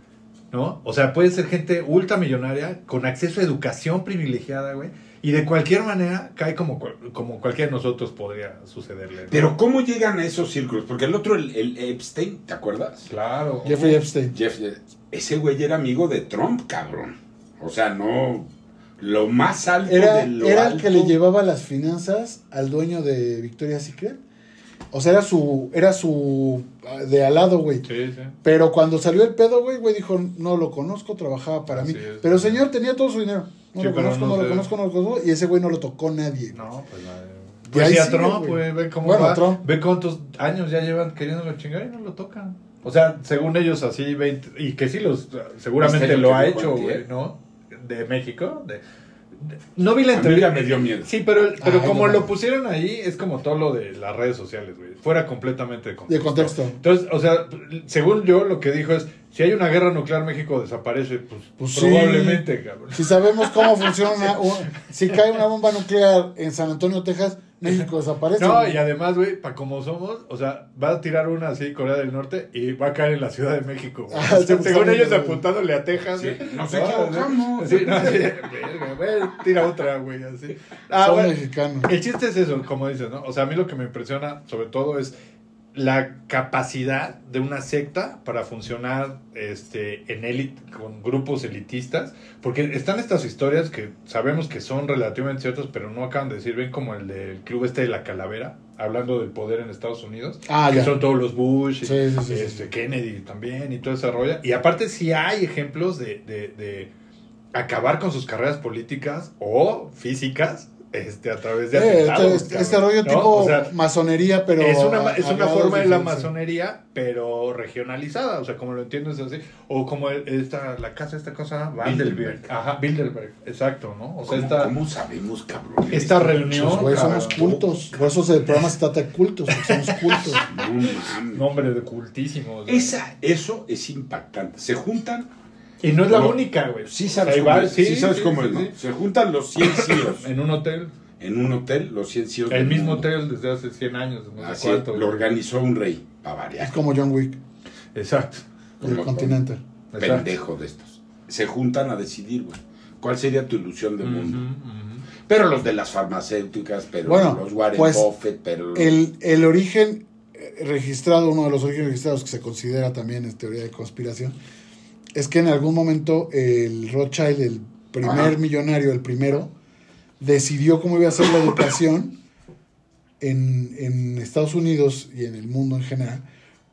S1: ¿No? O sea, puede ser gente ultramillonaria, con acceso a educación privilegiada, güey. Y de cualquier manera cae como, cual- como cualquiera de nosotros podría sucederle. ¿no?
S3: Pero ¿cómo llegan a esos círculos? Porque el otro, el, el Epstein, ¿te acuerdas?
S1: Claro.
S2: Jeffrey Epstein.
S3: Jeff, ese güey era amigo de Trump, cabrón. O sea, no... Lo más alto
S2: Era,
S3: de lo
S2: era el que
S3: alto.
S2: le llevaba las finanzas al dueño de Victoria's Secret. O sea, era su. Era su. ah, De al lado, güey.
S1: Sí, sí.
S2: Pero cuando salió el pedo, güey, güey dijo, no lo conozco, trabajaba para
S1: Así
S2: mí.
S1: es.
S2: Pero señor tenía todo su dinero. No
S1: Sí,
S2: lo
S1: pero
S2: conozco,
S1: no
S2: no, lo
S1: sé.
S2: conozco, no lo conozco. Y ese güey no lo tocó nadie.
S1: No, pues la-
S2: Y
S1: Pues
S2: ahí
S1: sí, a
S2: sigue,
S1: Trump,
S2: güey.
S1: güey, ve cómo
S2: Bueno,
S1: va,
S2: Trump.
S1: ve cuántos años ya llevan queriéndolo chingar y no lo tocan. O sea, según ellos así, 20 y que sí los, seguramente
S3: Misterio
S1: lo
S3: Este que
S1: ha
S3: no
S1: hecho,
S3: cuente,
S1: güey,
S3: ¿eh?
S1: ¿no? De México, de- de- no vi la
S3: A mí
S1: entrevista.
S3: ya me dio miedo.
S1: Sí, pero, pero
S2: Ay,
S1: como
S2: no.
S1: lo pusieron ahí, es como todo lo de las redes sociales, güey. Fuera completamente de contexto.
S2: De contexto.
S1: Entonces, o sea, según yo, lo que dijo es, si hay una guerra nuclear, México desaparece, pues,
S2: Pues sí.
S1: probablemente, cabrón.
S2: Si sabemos cómo funciona, un- si cae una bomba nuclear en San Antonio, Texas, México desaparece.
S1: No,
S2: güey.
S1: y además, güey, para como somos, o sea, va a tirar una así Corea del Norte y va a caer en la Ciudad de México. güey. O
S2: Ah,
S1: sea,
S2: sí,
S1: según
S2: justamente,
S1: ellos
S2: güey.
S1: apuntándole a Texas.
S3: Sí,
S1: güey.
S3: nos
S1: Ah,
S3: equivocamos.
S1: Sí, no, sí, verga, güey, tira otra, güey, así. Ah,
S2: Son
S1: bueno,
S2: mexicanos.
S1: el chiste es eso, como dices, ¿no? O sea, a mí lo que me impresiona sobre todo es la capacidad de una secta para funcionar este, en élite, con grupos elitistas, porque están estas historias que sabemos que son relativamente ciertas, pero no acaban de decir, ven como el del club este de la calavera, hablando del poder en Estados Unidos,
S2: Ah,
S1: que
S2: ya.
S1: son todos los Bush, y,
S2: Sí, sí, sí, sí.
S1: este, Kennedy también, y toda esa rolla. Y aparte sí hay ejemplos de, de- de acabar con sus carreras políticas o físicas este, a través de
S2: Eh,
S1: atentados.
S2: este, este
S1: cabrón,
S2: rollo
S1: ¿no?
S2: tipo
S1: O sea,
S2: masonería, pero.
S1: es una,
S2: a-
S1: es
S2: a
S1: una
S2: grados
S1: forma de la
S2: diferentes. ¿eh?
S1: masonería, pero regionalizada, o sea, como lo entiendes así, o como el- esta, la casa, esta cosa, Bilderberg.
S3: Bilderberg.
S1: Ajá, Bilderberg, exacto, ¿no? O sea,
S3: ¿Cómo,
S1: esta,
S3: cómo sabemos, cabrón?
S1: esta reunión...
S2: Pues, güey, somos
S1: cabrón,
S2: cultos. Por eso el programa se trata de cultos. porque Somos cultos.
S3: No mames.
S1: Nombre de cultísimos. güey.
S3: Esa, eso es impactante. Se juntan
S1: Y no es la
S3: Pero-
S1: única, güey.
S3: Sí
S1: O
S3: sabes
S1: sea,
S3: cómo
S1: igual,
S3: es, sí,
S1: sí,
S3: sabes
S1: sí,
S3: cómo
S1: sí,
S3: es, ¿no?
S1: sí.
S3: Se juntan los 100 CEOs
S1: En un hotel.
S3: en un hotel, los 100 CEOs.
S1: El
S3: del
S1: mismo
S3: mundo.
S1: hotel desde hace 100 años. No sé
S3: Así
S1: cuánto,
S3: Ah, lo
S1: güey.
S3: organizó un rey, Bavaria.
S2: Es como John Wick,
S1: Exacto.
S2: el continente.
S1: exacto.
S3: Pendejo de estos. Se juntan a decidir, güey. ¿Cuál sería tu ilusión de
S1: Ujú,
S3: mundo?
S1: ujú.
S3: Pero los de las farmacéuticas, pero
S2: Bueno,
S3: los Warren
S2: pues,
S3: Buffett, pero los-
S2: El, el origen eh, registrado, uno de los orígenes registrados que se considera también en teoría de conspiración, es que en algún momento el Rothschild, el primer
S1: Ah.
S3: Ajá.
S2: millonario, el primero, decidió cómo iba a ser la educación en, en Estados Unidos y en el mundo en general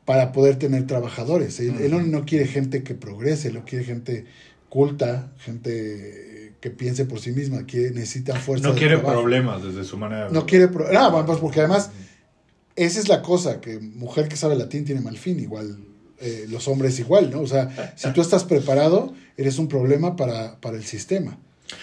S2: para poder tener trabajadores. Él, él no- no quiere gente que progrese, lo quiere gente culta, gente eh, que piense por sí misma, que necesita fuerza.
S1: No
S2: de
S1: quiere
S2: trabajo.
S1: problemas desde su manera. de
S2: No
S1: ver.
S2: quiere pro- Ah, bueno, pues porque además- Esa es la cosa, que mujer que sabe latín tiene mal fin, igual eh, los hombres igual, ¿no? O sea, si tú estás preparado, eres un problema para, para el sistema.
S1: Pues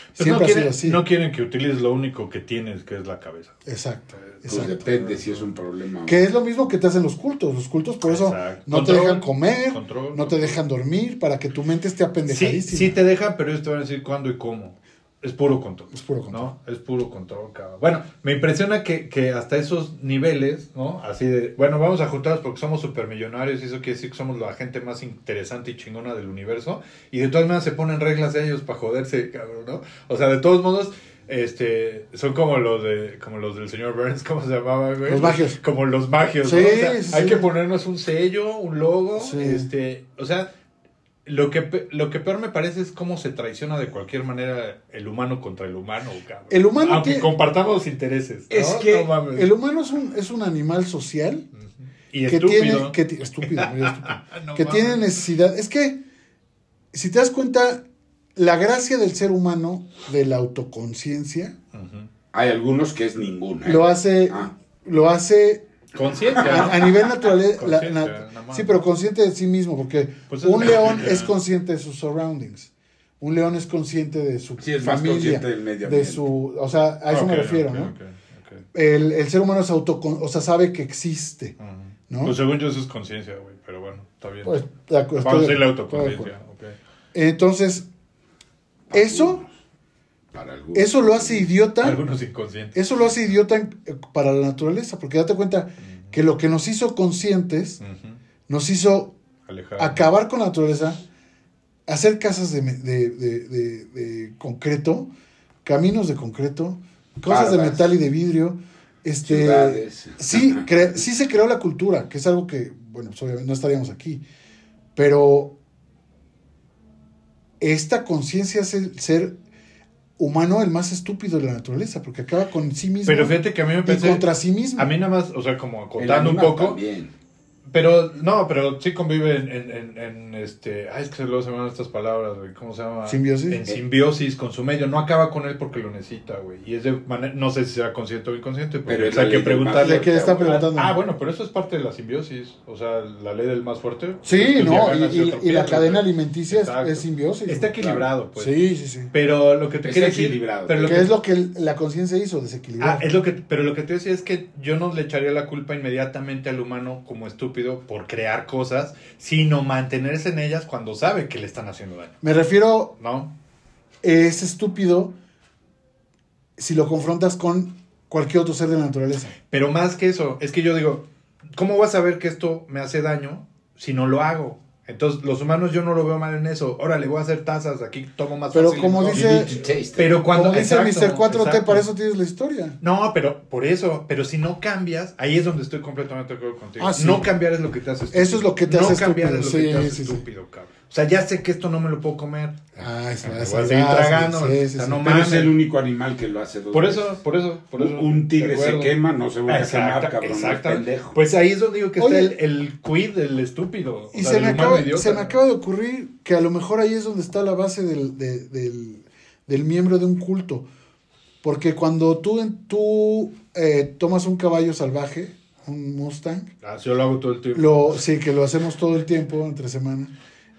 S1: no,
S2: Siempre
S1: quiere-
S2: ha sido así.
S1: no quieren que utilices lo único que tienes, que es la cabeza.
S2: Exacto,
S3: pues
S2: exacto.
S3: depende si es un problema. o-
S2: Que es lo mismo que te hacen los cultos. Los cultos por eso
S1: Exacto.
S2: no
S1: Control,
S2: te dejan comer,
S1: control,
S2: no te dejan dormir, para que tu mente esté
S1: Sí,
S2: apendejadísima.
S1: sí te dejan, pero ellos te van a decir cuándo y cómo. Es puro control.
S2: Es puro control.
S1: ¿no? Es puro control, cabrón. Bueno, me impresiona que, que hasta esos niveles, ¿no? Así de, bueno, vamos a juntarnos porque somos supermillonarios y eso quiere decir que somos la gente más interesante y chingona del universo. Y de todas maneras se ponen reglas ellos para joderse, cabrón, ¿no? O sea, de todos modos, este, son como los de, como los del señor Burns, ¿cómo se llamaba, güey?
S2: Los magios.
S1: Como los magios,
S2: Sí,
S1: ¿no? O sea,
S2: sí,
S1: hay
S2: sí.
S1: que ponernos un sello, un logo,
S2: Sí.
S1: este, o sea, lo que, pe- lo que peor me parece es cómo se traiciona de cualquier manera el humano contra el humano, cabrón.
S2: El humano
S1: Aunque
S2: tiene-
S1: compartamos intereses. ¿no?
S3: Es que
S1: No mames.
S2: El humano es un, es un animal social
S1: Y
S2: que
S1: estúpido.
S2: tiene... Que, ti- estúpido, muy estúpido.
S1: Ah, no
S2: que
S1: mames.
S2: tiene necesidad. Es que, si te das cuenta, la gracia del ser humano, de la autoconciencia,
S1: Ujú.
S3: Hay algunos que es ninguna. ¿eh?
S2: lo hace,
S3: Ah,
S2: lo hace
S1: Conciencia.
S2: a, a nivel natural. eh, la-
S1: Conciencia,
S2: na-
S1: nada más.
S2: sí, pero consciente de sí mismo, porque
S1: Pues es
S2: un
S1: la
S2: león
S1: vida.
S2: es consciente de sus surroundings. Un león es consciente de su
S3: sí, es más
S2: familia,
S3: consciente del medio
S2: de
S3: ambiente.
S2: su, o sea, a eso
S1: Ok,
S2: me refiero,
S1: ok,
S2: ¿no?
S1: ok, ok.
S2: El, el ser humano es autocon, o sea, sabe que existe,
S1: Ujú.
S2: ¿no?
S1: Pues según yo eso es conciencia, güey. pero bueno, está bien.
S2: Pues, de acu- estoy
S1: Vamos a
S2: de-
S1: ir la
S2: estoy de acuerdo.
S1: autoconciencia. ok.
S2: Entonces, eso,
S3: Para algunos.
S2: eso lo hace idiota.
S1: Algunos inconscientes.
S2: Eso lo hace idiota en- para la naturaleza, porque date cuenta que lo que nos hizo conscientes
S1: Ujú.
S2: nos hizo
S1: Alejado.
S2: acabar con la naturaleza, hacer casas de, me- de- de- de- de concreto, caminos de concreto, cosas de
S3: Bardas.
S2: metal y de vidrio. Este,
S3: Ciudades.
S2: sí, cre- sí se creó la cultura, que es algo que, bueno, pues, obviamente no estaríamos aquí, pero esta conciencia es el ser humano el más estúpido de la naturaleza, porque acaba con sí mismo
S1: Pero fíjate que a mí me
S2: y
S1: pensé.
S2: contra sí mismo.
S1: A mí nada más, o sea, como
S3: El
S1: contando un
S3: animal
S1: poco.
S3: También.
S1: Pero, no, pero sí convive en, en- en- en, este. Ay, es que luego se me van estas palabras, güey. ¿Cómo se llama?
S2: Simbiosis.
S1: En simbiosis con su medio. No acaba con él porque lo necesita, güey. Y es de manera. No sé si sea consciente o inconsciente, porque
S3: Pero
S1: pues, hay que preguntarle.
S2: ¿De qué está
S3: preguntando?
S2: preguntando?
S1: Ah, bueno, pero eso es parte de la simbiosis. O sea, la ley del más fuerte. pues,
S2: sí,
S1: tus
S2: no, y,
S1: diagramas
S2: y-
S1: se
S2: y la
S1: atropellan,
S2: cadena
S1: güey.
S2: alimenticia es,
S1: Exacto.
S2: es simbiosis.
S1: Está
S2: güey.
S1: equilibrado, pues.
S2: Sí, sí, sí.
S1: Pero lo que te
S3: Está
S1: quiero decir.
S3: equilibrado.
S1: Pero lo
S2: que
S1: que-
S2: es lo que la conciencia hizo,
S1: Ah,
S2: desequilibrar.
S1: es lo que, pero lo que te decía es que yo no le echaría la culpa inmediatamente al humano como estúpido por crear cosas, sino mantenerse en ellas cuando sabe que le están haciendo daño,
S2: Me refiero,
S1: ¿no?
S2: es estúpido si lo confrontas con cualquier otro ser de la naturaleza.
S1: Pero más que eso, es que yo digo, ¿cómo voy a saber que esto me hace daño si no lo hago? Entonces, los humanos yo no lo veo mal en eso. Órale, voy a hacer tazas, aquí tomo más
S2: Pero
S1: fácil,
S2: como
S1: ¿no?
S2: dice-
S3: You need to taste it.
S1: Pero cuando
S2: Como dice
S1: exacto,
S2: Mr. 4T,
S1: exacto.
S2: para eso tienes la historia.
S1: No, pero por eso, pero si no cambias, ahí es donde estoy completamente de acuerdo contigo.
S2: Ah, sí.
S1: No cambiar es lo que te hace estúpido.
S2: Eso es lo que te
S1: no
S2: hace
S1: cambiar
S2: estúpido,
S1: es lo que
S2: sí,
S1: te hace
S2: sí, sí.
S1: estúpido, cabrón. O sea, ya sé que esto no me lo puedo comer.
S2: Ah, es
S1: Me
S2: más,
S1: voy a seguir
S2: ah,
S1: tragando,
S2: sí, sí,
S1: o sea,
S2: sí.
S1: no
S3: Pero es
S1: mames.
S3: el único animal que lo hace dos
S1: Por
S3: veces.
S1: eso, por eso, por eso.
S3: un
S1: De
S3: tigre se
S1: acuerdo.
S3: quema, no se vuelve a
S1: Exacta-
S3: quemar, cabrón. no es
S1: exactamente.
S3: pendejo.
S1: Pues ahí es donde digo que
S2: Oye.
S1: está el, el quid del estúpido. o
S2: Y
S1: sea,
S2: se
S1: del
S2: me,
S1: humano
S2: acaba,
S1: idiota.
S2: se me acaba de ocurrir que a lo mejor ahí es donde está la base del, de- del- del miembro de un culto. Porque cuando tú, tú eh, tomas un caballo salvaje, un Mustang,
S1: Ah, sí, yo lo hago todo el tiempo.
S2: lo, sí, que lo hacemos todo el tiempo, entre semana,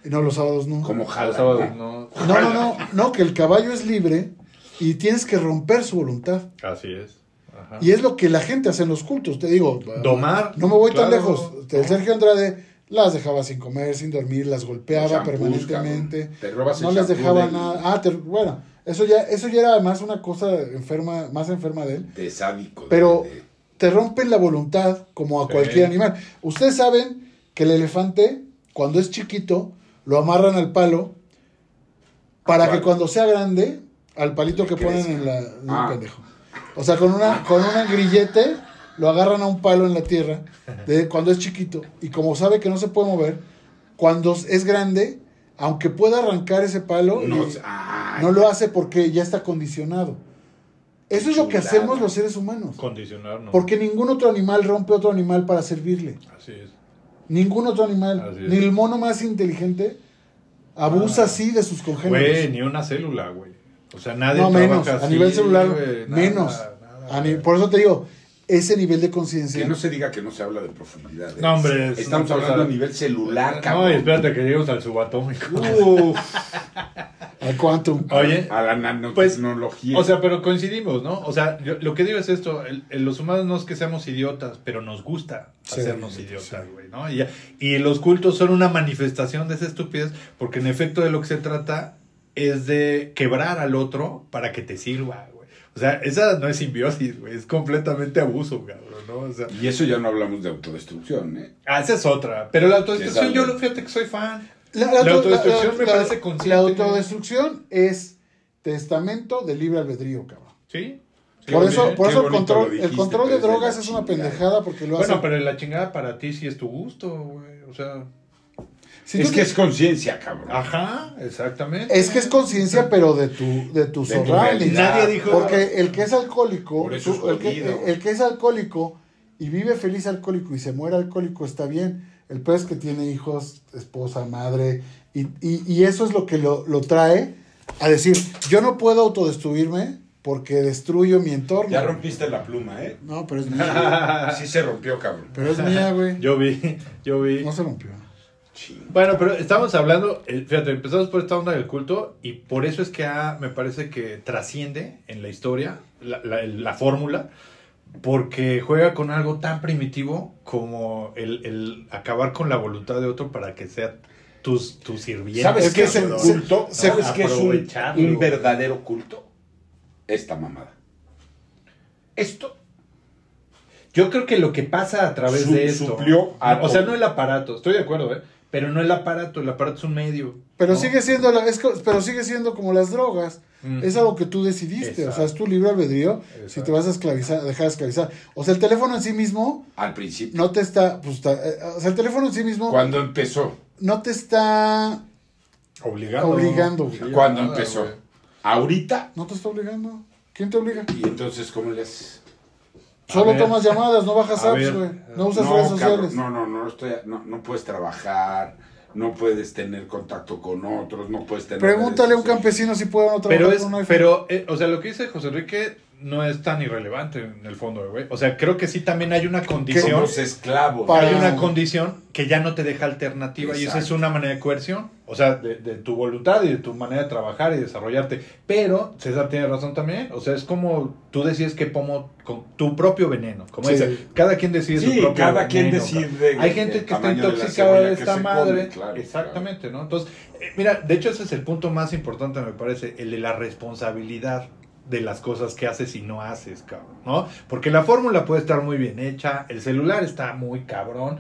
S2: y no los sábados no.
S3: Como
S1: Los
S3: jala.
S1: sábados, no.
S3: ¿no?
S2: No, no, no, no, que el caballo es libre y tienes que romper su voluntad.
S1: Así es. Ajá.
S2: Y es lo que la gente hace en los cultos, te digo.
S1: Domar.
S2: No me voy tan
S1: claro.
S2: lejos. El Sergio Andrade las dejaba sin comer, sin dormir, las golpeaba
S3: Champús,
S2: permanentemente.
S3: cabrón. Te robas el
S2: No les
S3: champú
S2: dejaba
S3: del-
S2: nada. Ah, te- bueno, eso ya, eso ya era más una cosa enferma, más enferma de él.
S3: De sádico. de-
S2: Pero-
S3: de-
S2: Te rompen la voluntad como a
S1: Sí.
S2: cualquier animal. Ustedes saben que el elefante, cuando es chiquito, lo amarran al palo para
S3: ¿Cuál?
S2: que cuando sea grande, al palito
S3: Le
S2: que ponen
S3: crezca.
S2: en la. en un
S3: Ah.
S2: pendejo. O sea, con una, con una grillete lo agarran a un palo en la tierra de cuando es chiquito. Y como sabe que no se puede mover, cuando es grande, aunque pueda arrancar ese palo,
S3: no,
S2: y-
S3: ay,
S2: no lo hace porque ya está condicionado. Eso es lo que
S3: Chulada.
S2: hacemos los seres humanos.
S1: Condicionarnos.
S2: Porque ningún otro animal rompe otro animal para servirle.
S1: Así es.
S2: Ningún otro animal,
S1: Así es.
S2: ni el mono más inteligente, abusa
S1: Ah.
S2: así de sus
S1: Güey,
S2: congéneres.
S1: ni una célula, güey. O sea, nadie
S2: No, menos.
S1: trabaja
S2: A
S1: así,
S2: nivel celular,
S1: güey, nada,
S2: menos.
S1: nada,
S2: A ni-
S1: güey.
S2: por eso te digo, ese nivel de
S3: Que
S2: conciencia.
S3: no se diga que no se habla de profundidad. ¿eh?
S1: No, hombre. es
S3: Estamos
S1: una cosa-
S3: hablando a nivel celular,
S1: No,
S3: cabrón.
S1: espérate que lleguemos al subatómico.
S3: Uf,
S2: Al quantum.
S1: Oye,
S3: a la nanotecnología.
S1: Pues, o sea, pero coincidimos, ¿no? O sea, yo- lo que digo es esto, el- el- los humanos no es que seamos idiotas, pero nos gusta
S2: Sí,
S1: hacernos
S2: sí.
S1: idiotas, güey, ¿no? Y, ya- y los cultos son una manifestación de esa estupidez, porque en efecto de lo que se trata es de quebrar al otro para que te sirva, güey. O sea, esa no es simbiosis, güey, es completamente abuso, cabrón, ¿no? O sea,
S3: y eso ya no hablamos de autodestrucción, ¿eh?
S1: ah, esa es otra. Pero la autodestrucción,
S3: Que
S1: yo
S3: salga.
S1: lo fíjate que soy fan.
S2: La,
S1: La
S2: auto-
S1: autodestrucción me parece consciente.
S2: La autodestrucción es testamento de libre albedrío, cabrón.
S1: ¿Sí? Sí,
S2: Por
S1: lo
S2: eso,
S1: dije.
S2: por
S3: Qué
S2: eso el
S3: bonito lo
S2: control,
S3: dijiste,
S2: el control de
S3: pero es de
S2: drogas
S3: la
S2: es una
S3: chingada.
S2: pendejada porque lo
S1: Bueno,
S2: hacen.
S1: pero la chingada para ti sí es tu gusto, güey. O sea,
S2: Si tú
S3: es que
S2: quieres-
S3: es conciencia, cabrón.
S1: Ah, ajá, exactamente.
S2: Es que es conciencia, pero de tu, de tu
S3: De tu
S2: surrounding.
S3: realidad.
S1: Nadie dijo-
S2: Porque el que es alcohólico,
S3: Por eso es
S2: tú- el,
S3: jodido.
S2: que, el que es alcohólico y vive feliz alcohólico y se muere alcohólico está bien. El peor es que tiene hijos, esposa, madre, y, y- y eso es lo que lo, lo trae a decir, yo no puedo autodestruirme porque destruyo mi entorno.
S3: Ya rompiste la pluma, ¿eh?
S2: No, pero es mía.
S3: Sí se rompió, cabrón.
S2: pero es mía, güey.
S1: Yo vi, yo vi.
S2: No se rompió.
S3: Ching.
S1: Bueno, pero estamos hablando, eh, fíjate, empezamos por esta onda del culto y por eso es que ha- me parece que trasciende en la historia la, la- la fórmula Porque juega con algo tan primitivo como el, el acabar con la voluntad de otro para que sea tus, tus sirvientes.
S3: ¿Sabes qué es el
S1: cabrón?
S3: culto?
S2: se-
S3: ¿Sabes qué es un,
S1: aprovecharlo.
S3: un verdadero culto? Esta mamada. Esto
S1: Yo creo que lo que pasa a través
S3: Su-
S1: de esto.
S3: suplió a-
S1: o sea, no el aparato, estoy de acuerdo, ¿eh? Pero no el aparato, el aparato es un medio.
S2: Pero
S1: ¿no?
S2: sigue siendo la, es co- pero sigue siendo como las drogas.
S1: Mm.
S2: Es algo que tú decidiste. O
S1: Exacto.
S2: sea, es tu libre albedrío si
S1: Exacto.
S2: te vas a esclavizar, a dejar esclavizar. O sea, el teléfono en sí mismo
S3: al principio.
S2: no te está. Pues, ta- eh, o sea, el teléfono en sí mismo
S3: Cuando empezó,
S2: no te está.
S1: obligado.
S2: Obligando, güey.
S1: Sí,
S3: cuando
S1: nada,
S3: empezó.
S1: güey.
S3: Ahorita.
S2: No te está obligando. ¿Quién te obliga?
S3: Y entonces, ¿cómo le haces?
S2: Solo
S1: ver.
S2: tomas llamadas, no bajas
S1: A
S2: apps,
S1: ver.
S2: güey. No usas
S3: no,
S2: redes
S3: cabrón,
S2: sociales.
S3: no, no, no, estoy, no, no puedes trabajar, no puedes tener contacto con otros, no puedes tener.
S2: Pregúntale a un
S3: redes sociales.
S2: campesino si puede o no trabajar
S1: Pero es,
S2: con un iPhone.
S1: pero, eh, o sea, lo que dice José Enrique no es tan irrelevante en el fondo, güey. O sea, creo que sí también hay una condición.
S3: Somos esclavos.
S2: Para-
S1: Hay una condición que ya no te deja alternativa y esa es
S3: Exacto.
S1: una manera de coerción, o sea, de, de tu voluntad y de tu manera de trabajar y desarrollarte. Pero César tiene razón también, o sea, es como tú decides que pomo con tu propio veneno, como
S2: Sí.
S1: dice, cada quien decide su
S3: Sí,
S1: propio
S3: cada quien
S1: veneno,
S3: decide.
S1: hay
S3: el
S1: gente que está
S3: tamaño de la
S1: intoxicada
S3: cebolla
S1: de
S3: que
S1: esta
S3: se come,
S1: madre.
S3: claro,
S1: Exactamente, ¿no? Entonces, eh, mira, de hecho ese es el punto más importante, me parece, el de la responsabilidad de las cosas que haces y no haces, cabrón, ¿no? Porque la fórmula puede estar muy bien hecha, el celular está muy cabrón,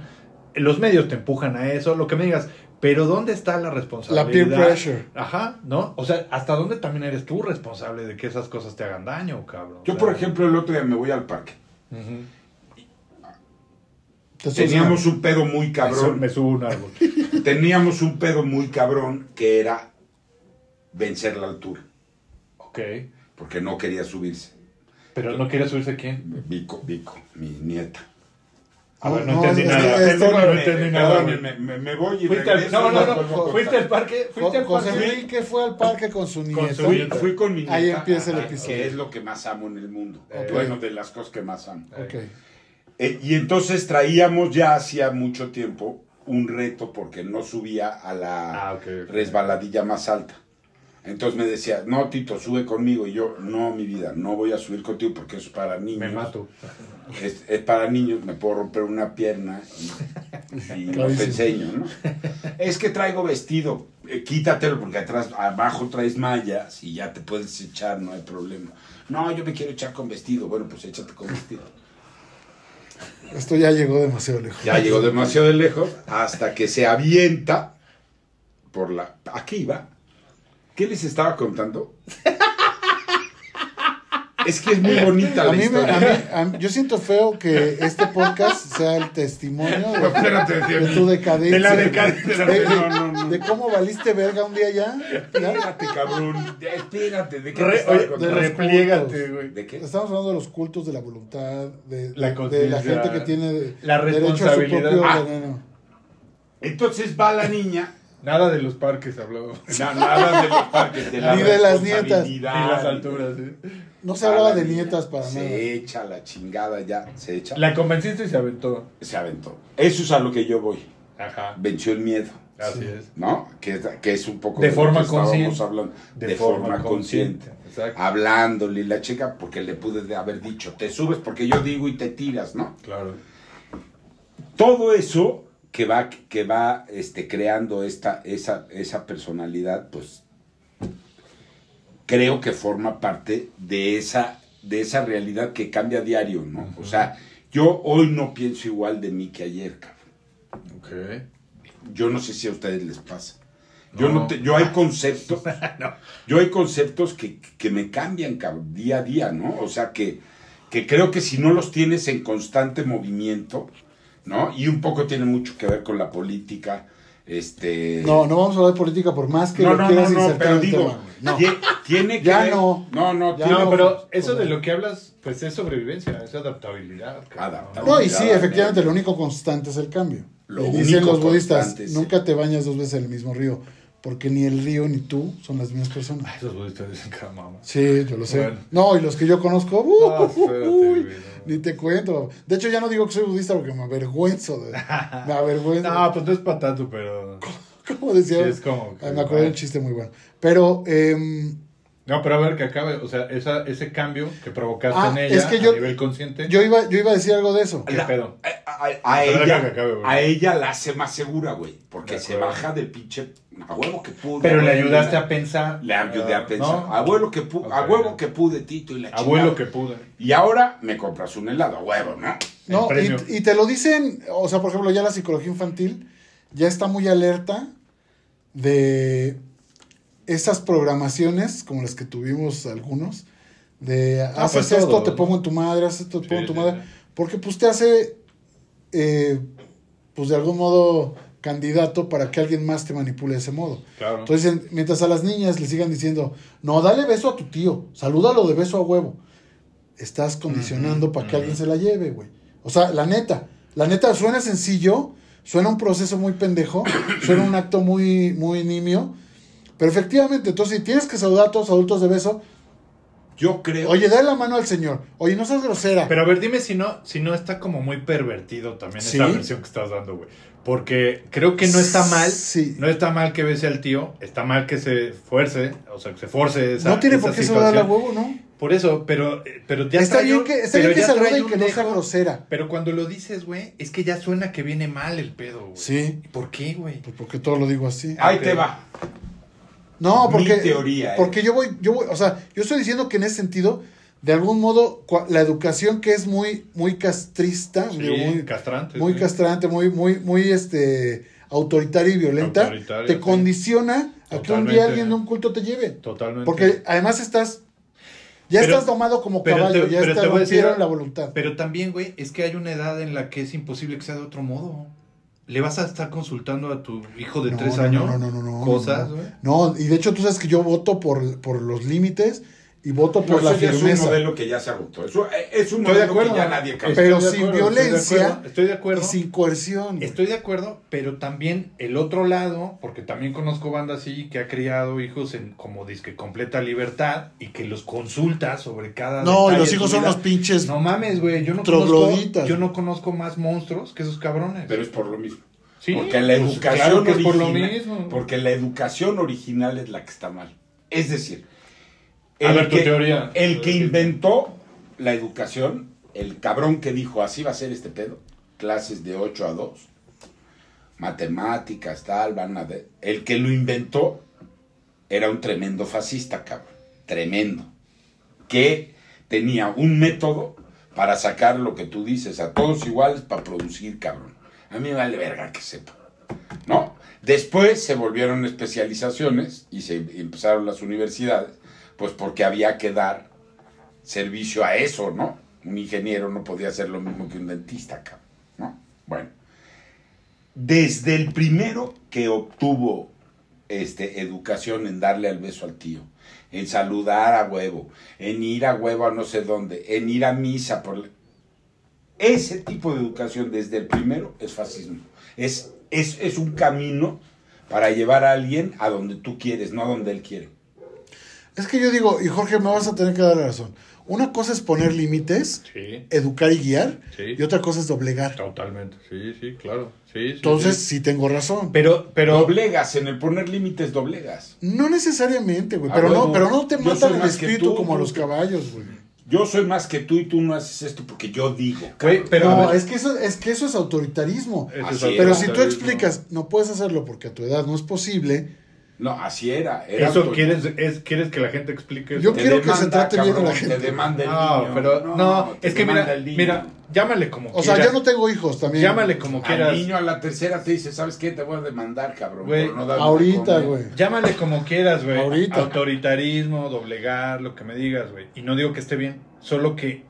S1: los medios te empujan a eso, lo que me digas, pero ¿dónde está la
S2: La
S1: responsabilidad?
S2: peer pressure.
S1: Ajá, ¿no? O sea, ¿hasta dónde también eres tú responsable de que esas cosas te hagan daño, cabrón?
S3: claro. Yo, por ejemplo, el otro día me voy al parque.
S1: Ujú.
S2: Te estoy
S3: Teníamos un pedo muy cabrón.
S1: Me subo a un árbol.
S3: Teníamos un pedo muy cabrón que era vencer la altura,
S1: ok,
S3: porque no quería subirse.
S1: pero ¿no quiere subirse quién?
S3: Vico, Vico, mi nieta.
S1: Ah, bueno,
S2: No,
S1: no entendí
S2: es-
S1: nada.
S2: es-
S1: Perdón,
S2: es-
S1: no entendí nada. güey.
S3: me, me- me voy y
S1: Fuiste al,
S3: regreso,
S1: no, no,
S3: las vuelvo
S1: no.
S3: a
S1: Fuiste
S3: contar.
S1: al parque. Fuiste al
S2: diciendo. José
S1: parque.
S2: Enrique fue al parque con su nieta.
S1: su
S3: Fui,
S1: nieta.
S3: fui con mi nieta.
S2: Ahí empieza el
S3: ajá,
S2: episodio.
S3: Que es lo que más amo en el mundo.
S1: Ok.
S3: Bueno, de las cosas que más amo.
S2: Ok.
S3: Eh, y entonces traíamos ya hacía mucho tiempo un reto porque no subía a la
S1: Ah, ok, ok.
S3: resbaladilla más alta. Entonces me decía, no, Tito, sube conmigo. Y yo, no, mi vida, no voy a subir contigo porque eso es para niños.
S1: Me mato.
S3: Es, es para niños, me puedo romper una pierna y, y no te
S2: Clarísimo.
S3: enseño, ¿no? Es que traigo vestido, eh, quítatelo porque atrás, abajo traes mallas y ya te puedes echar, no hay problema. No, yo me quiero echar con vestido. Bueno, pues échate con vestido.
S2: Esto ya llegó demasiado lejos.
S3: Ya llegó demasiado de lejos hasta que se avienta por la... Aquí iba. ¿Qué les estaba contando? Es que es muy bonita la
S2: A mí, me-
S3: historia.
S2: a mí- a mí- yo siento feo que este podcast sea el testimonio
S3: No,
S2: de,
S3: espérate,
S2: de tu decadencia.
S1: De la decadencia.
S2: De,
S3: No, no, no.
S2: de cómo valiste verga un día ya. ¿ya?
S3: Espérate, cabrón. Espérate, ¿de qué te
S1: Re,
S3: estaba
S1: oye,
S3: contando?
S2: de
S1: repliégate, güey.
S3: ¿De qué?
S2: Estamos hablando de los cultos de la voluntad, de de- de
S1: La
S2: la,
S1: conciencia.
S2: gente que tiene de-
S1: La responsabilidad.
S2: derecho a
S1: Ah.
S2: su propio veneno.
S3: Entonces va la niña.
S1: Nada de los parques habló.
S3: na- nada de los parques, de la
S2: Ni de las nietas.
S1: Y las alturas. ¿eh?
S2: No se hablaba
S3: Va la
S2: de
S3: niña,
S2: nietas para nada.
S3: Se echa la chingada ya, se echa.
S1: La convenciste y se aventó.
S3: Se aventó. Eso es a lo que yo voy.
S1: Ajá.
S3: Venció el miedo.
S1: Así
S2: Sí.
S1: es.
S3: ¿No? Que, es- que es un poco
S1: De
S3: lo
S1: forma
S3: que estábamos
S1: consciente.
S3: hablando. De, forma, consciente.
S2: Ah.
S1: Exacto.
S3: Hablándole y la chica, porque le pude de haber dicho, te subes porque yo digo y te tiras, ¿no?
S1: Claro.
S3: todo eso que va, que va este, creando esta, esa, esa personalidad, pues creo que forma parte de esa, de esa realidad que cambia a diario, ¿no? O sea, yo hoy no pienso igual de mí que ayer, cabrón.
S1: Ok.
S3: Yo no sé si a ustedes les pasa. Yo
S1: No.
S3: no te- yo hay conceptos, yo hay conceptos que, que me cambian cabrón, día a día, ¿no? O sea que, que creo que si no los tienes en constante movimiento, ¿no? Y un poco tiene mucho que ver con la política, este.
S2: No, no vamos a hablar de política por más que
S3: no,
S2: lo
S3: no, no,
S2: quieras
S3: no,
S2: insertar
S3: pero
S2: en el
S3: digo,
S2: tema, güey. No.
S3: tie- tiene que
S2: Ya
S3: ver-
S2: no.
S3: no, no,
S2: Ya
S3: tiene-
S1: No,
S2: no,
S1: pero
S2: pues,
S1: eso de
S2: pues,
S1: lo que hablas, pues es sobrevivencia, es adaptabilidad. cabrón.
S3: Adaptabilidad.
S2: No, y sí,
S3: Obligado,
S2: efectivamente,
S3: ¿no?
S2: lo único constante es el cambio.
S3: Lo
S2: y dicen
S3: único
S2: los budistas,
S3: constante es
S2: nunca te bañas dos veces en el mismo río, porque ni el río ni tú son las mismas personas.
S1: Esos budistas dicen que mamá.
S2: Sí, yo lo sé.
S1: Bueno.
S2: No, y los que yo conozco, uh,
S1: No,
S2: uh,
S1: Ah, espérate,
S2: uy,
S1: güey, no.
S2: ni te cuento. De hecho, ya no digo que soy budista porque me avergüenzo. De, me avergüenzo.
S1: No, pues no es para tanto, pero.
S2: ¿Cómo decía?
S1: Sí, es como que-
S2: Ah, me acordé de un chiste muy bueno. Pero, em,
S1: No, pero a ver que acabe, o sea, esa, ese cambio que provocaste
S2: Ah,
S1: en ella
S2: es que yo-
S1: a nivel consciente.
S2: Yo iba, yo iba a decir algo de eso.
S1: ¿Qué
S3: La-
S1: pedo?
S3: A, a- a
S1: Pero
S3: ella,
S1: deja que acabe, güey.
S3: a ella la hace más segura, güey. Porque
S1: De
S3: se
S1: acuerdo.
S3: baja de pinche. A huevo que pude.
S1: Pero le
S3: güey.
S1: ayudaste a pensar.
S3: Le ayudé a pensar.
S1: Ah, ¿no?
S3: A, huevo que pu- a
S1: Ok.
S3: huevo que pude, Tito. Y la
S1: Abuelo
S3: chingada.
S1: que pude.
S3: Y ahora me compras un helado, a huevo, ¿no?
S1: El
S2: No,
S1: premio.
S2: y, y te lo dicen, o sea, por ejemplo, ya la psicología infantil ya está muy alerta de esas programaciones, como las que tuvimos algunos, de
S1: Ah,
S2: haces
S1: pues
S2: esto,
S1: todo,
S2: te
S1: ¿no?
S2: pongo en tu madre, haces esto, te
S1: Sí,
S2: pongo en tu
S1: sí,
S2: madre,
S1: sí.
S2: porque pues te hace, eh, pues de algún modo, candidato para que alguien más te manipule de ese modo.
S1: Claro.
S2: Entonces, en- mientras a las niñas le sigan diciendo, no, dale beso a tu tío, salúdalo de beso a huevo, estás condicionando para que
S1: ujú.
S2: alguien se la lleve, güey. O sea, la neta, la neta suena sencillo, suena un proceso muy pendejo, suena un acto muy, muy nimio, pero efectivamente, entonces, si tienes que saludar a todos los adultos de beso,
S3: Yo creo.
S2: oye, dale la mano al señor, oye, no seas grosera.
S1: Pero a ver, dime si no, si no está como muy pervertido también
S2: Sí.
S1: esta versión que estás dando, güey. Porque creo que no está mal.
S2: Sí.
S1: No está mal que bese al tío. Está mal que se fuerce. O sea, que se force esa
S2: no tiene
S1: esa
S2: por qué
S1: situación.
S2: saludar a huevo, ¿no?
S1: Por eso, pero, eh, pero ya
S2: está
S1: trae
S2: bien
S1: un-
S2: que, está
S1: pero
S2: bien que
S1: ya
S2: salude
S1: trae
S2: y
S1: un
S2: que no sea
S1: dejo.
S2: grosera.
S1: Pero cuando lo dices, güey, es que ya suena que viene mal el pedo, güey.
S2: Sí,
S1: ¿Y ¿Por qué, güey?
S2: pues porque todo lo digo así.
S3: Ahí
S1: Ok.
S3: te va.
S2: No,
S3: Mi
S2: porque.
S3: teoría, eh.
S2: Porque yo voy, yo voy, o sea, yo estoy diciendo que en ese sentido, de algún modo, cua- la educación que es muy, muy castrista,
S1: Sí,
S2: digo, muy,
S1: castrante.
S2: muy
S1: sí.
S2: castrante, muy, muy, muy este autoritaria y violenta,
S1: Autoritaria,
S2: te
S1: sí.
S2: condiciona a que un día
S1: Totalmente.
S2: alguien de un culto te lleve.
S1: Totalmente.
S2: Porque además estás. Ya
S1: Pero-
S2: estás domado como
S1: pero
S2: caballo,
S1: te-
S2: ya
S1: pero
S2: está,
S1: te voy a decir-
S2: rompieron la voluntad.
S1: Pero también, güey, es que hay una edad en la que es imposible que sea de otro modo. ¿Le vas a estar consultando a tu hijo de
S2: No,
S1: tres
S2: no,
S1: años
S2: no, no, no, no, no,
S1: cosas,
S2: no.
S1: güey?
S2: No, y de hecho tú sabes que yo voto por, por los límites y voto por
S3: Pues
S2: la
S3: eso ya es un
S2: firmeza.
S3: modelo que ya se agotó. Eso, eh, es
S1: Estoy
S3: un
S1: de
S3: modelo
S1: acuerdo.
S3: que ya nadie
S1: Estoy
S3: cambió.
S2: Pero
S1: de
S2: sin
S1: acuerdo, estoy de
S2: violencia
S1: acuerdo, Estoy de acuerdo.
S2: Y sin coerción. güey.
S1: Estoy de acuerdo, pero también el otro lado, porque también conozco banda así que ha criado hijos en como disque completa libertad y que los consulta sobre cada
S2: No, y
S1: detalle
S2: los
S1: de
S2: hijos
S1: su
S2: son
S1: vida.
S2: los pinches.
S1: No mames, güey, yo no
S2: trogloditas.
S1: conozco yo no conozco más monstruos que esos cabrones.
S3: Pero es por lo mismo.
S1: Pues, Sí,
S3: porque la
S1: pues,
S3: educación
S1: claro que es por lo
S3: origina-
S1: mismo.
S3: Porque la educación original es la que está mal. Es decir,
S1: A ver, tu teoría.
S3: el que
S1: Sí.
S3: inventó la educación, el cabrón que dijo así va a ser este pedo, clases de 8 a 2, matemáticas, tal, van a ver. El que lo inventó era un tremendo fascista, cabrón. Tremendo. Que tenía un método para sacar lo que tú dices a todos iguales para producir, cabrón. A mí me vale verga que sepa. ¿No? Después se volvieron especializaciones y se empezaron las universidades, pues porque había que dar servicio a eso, ¿no? Un ingeniero no podía hacer lo mismo que un dentista, cabrón, ¿no? Bueno. Desde el primero que obtuvo este, educación en darle al beso al tío, en saludar a huevo, en ir a huevo a no sé dónde, en ir a misa por la- ese tipo de educación desde el primero es fascismo. Es, es, es un camino para llevar a alguien a donde tú quieres, no a donde él quiere.
S2: Es que yo digo, y Jorge, me vas a tener que dar la razón. Una cosa es poner límites,
S1: Sí,
S2: educar y guiar,
S1: sí.
S2: y otra cosa es doblegar.
S1: Totalmente. Sí, sí, claro. Sí, sí,
S2: Entonces,
S1: sí.
S2: sí tengo razón.
S1: pero pero
S3: Doblegas, en el poner límites doblegas.
S2: No necesariamente,
S1: Ah,
S2: güey.
S3: A
S2: Pero no,
S3: huevo.
S2: pero no te
S3: Yo
S2: matan
S3: soy
S2: el
S3: más que
S2: espíritu
S3: tú,
S2: como a
S3: tú.
S2: los caballos, güey.
S3: Yo soy más que tú y tú no haces esto porque yo digo.
S1: Güey,
S3: cabrón.
S1: pero-
S2: no,
S1: a ver.
S2: es que eso, es que eso es autoritarismo.
S1: Ese es
S3: Así es.
S1: autoritarismo.
S2: Pero si tú explicas, no puedes hacerlo porque a tu edad no es posible.
S3: No, así era. era
S1: eso
S3: autor-
S1: quieres es quieres que la gente explique eso?
S2: Yo
S3: Te
S2: quiero que se trate bien a la
S3: cabrón,
S2: gente.
S3: Te demanda el
S1: No,
S3: niño.
S1: pero no,
S3: te
S1: es que mira,
S3: demanda el niño.
S1: mira, llámale como
S2: O sea,
S1: quieras.
S2: yo no tengo hijos también.
S1: Llámale como
S3: Al
S1: quieras.
S3: niño a la tercera te dice, ¿sabes qué? Te voy a demandar, cabrón.
S1: Güey,
S3: por no darme de
S2: Ahorita,
S3: comer".
S2: güey.
S1: Llámale como quieras, güey.
S2: Ahorita.
S1: Autoritarismo, doblegar, lo que me digas, güey. Y no digo que esté bien, solo que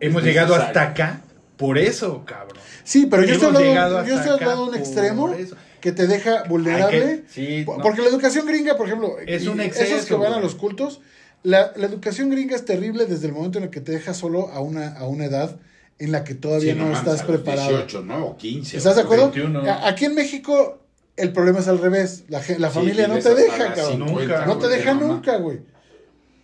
S1: hemos
S3: Es
S1: llegado
S3: necesario.
S1: hasta acá por eso, cabrón.
S2: Sí, pero yo estoy
S1: Hemos
S2: hablando,
S1: llegado
S2: yo
S1: hasta
S2: estoy hablando de
S1: acá
S2: un
S1: por
S2: extremo
S1: eso.
S2: que te deja vulnerable.
S1: Hay que- sí,
S2: Po-
S1: no.
S2: Porque la educación gringa, por ejemplo,
S1: Es
S2: y
S1: un
S2: esos que
S1: exceso,
S2: van a
S1: güey.
S2: los cultos, la, la educación gringa es terrible desde el momento en el que te deja solo a una, a una edad en la que todavía
S3: Sí,
S2: no,
S3: mames,
S2: estás
S3: a los
S2: preparado.
S3: 18, ¿no? O 15.
S2: ¿Estás de acuerdo?
S1: 21.
S2: A- Aquí en México el problema es al revés. La, ge- la
S3: Sí,
S2: familia no
S3: vives
S2: te
S3: hasta
S2: deja,
S3: las
S2: cabrón.
S3: 50,
S2: No te
S3: güey,
S2: deja
S3: mamá.
S2: nunca, güey.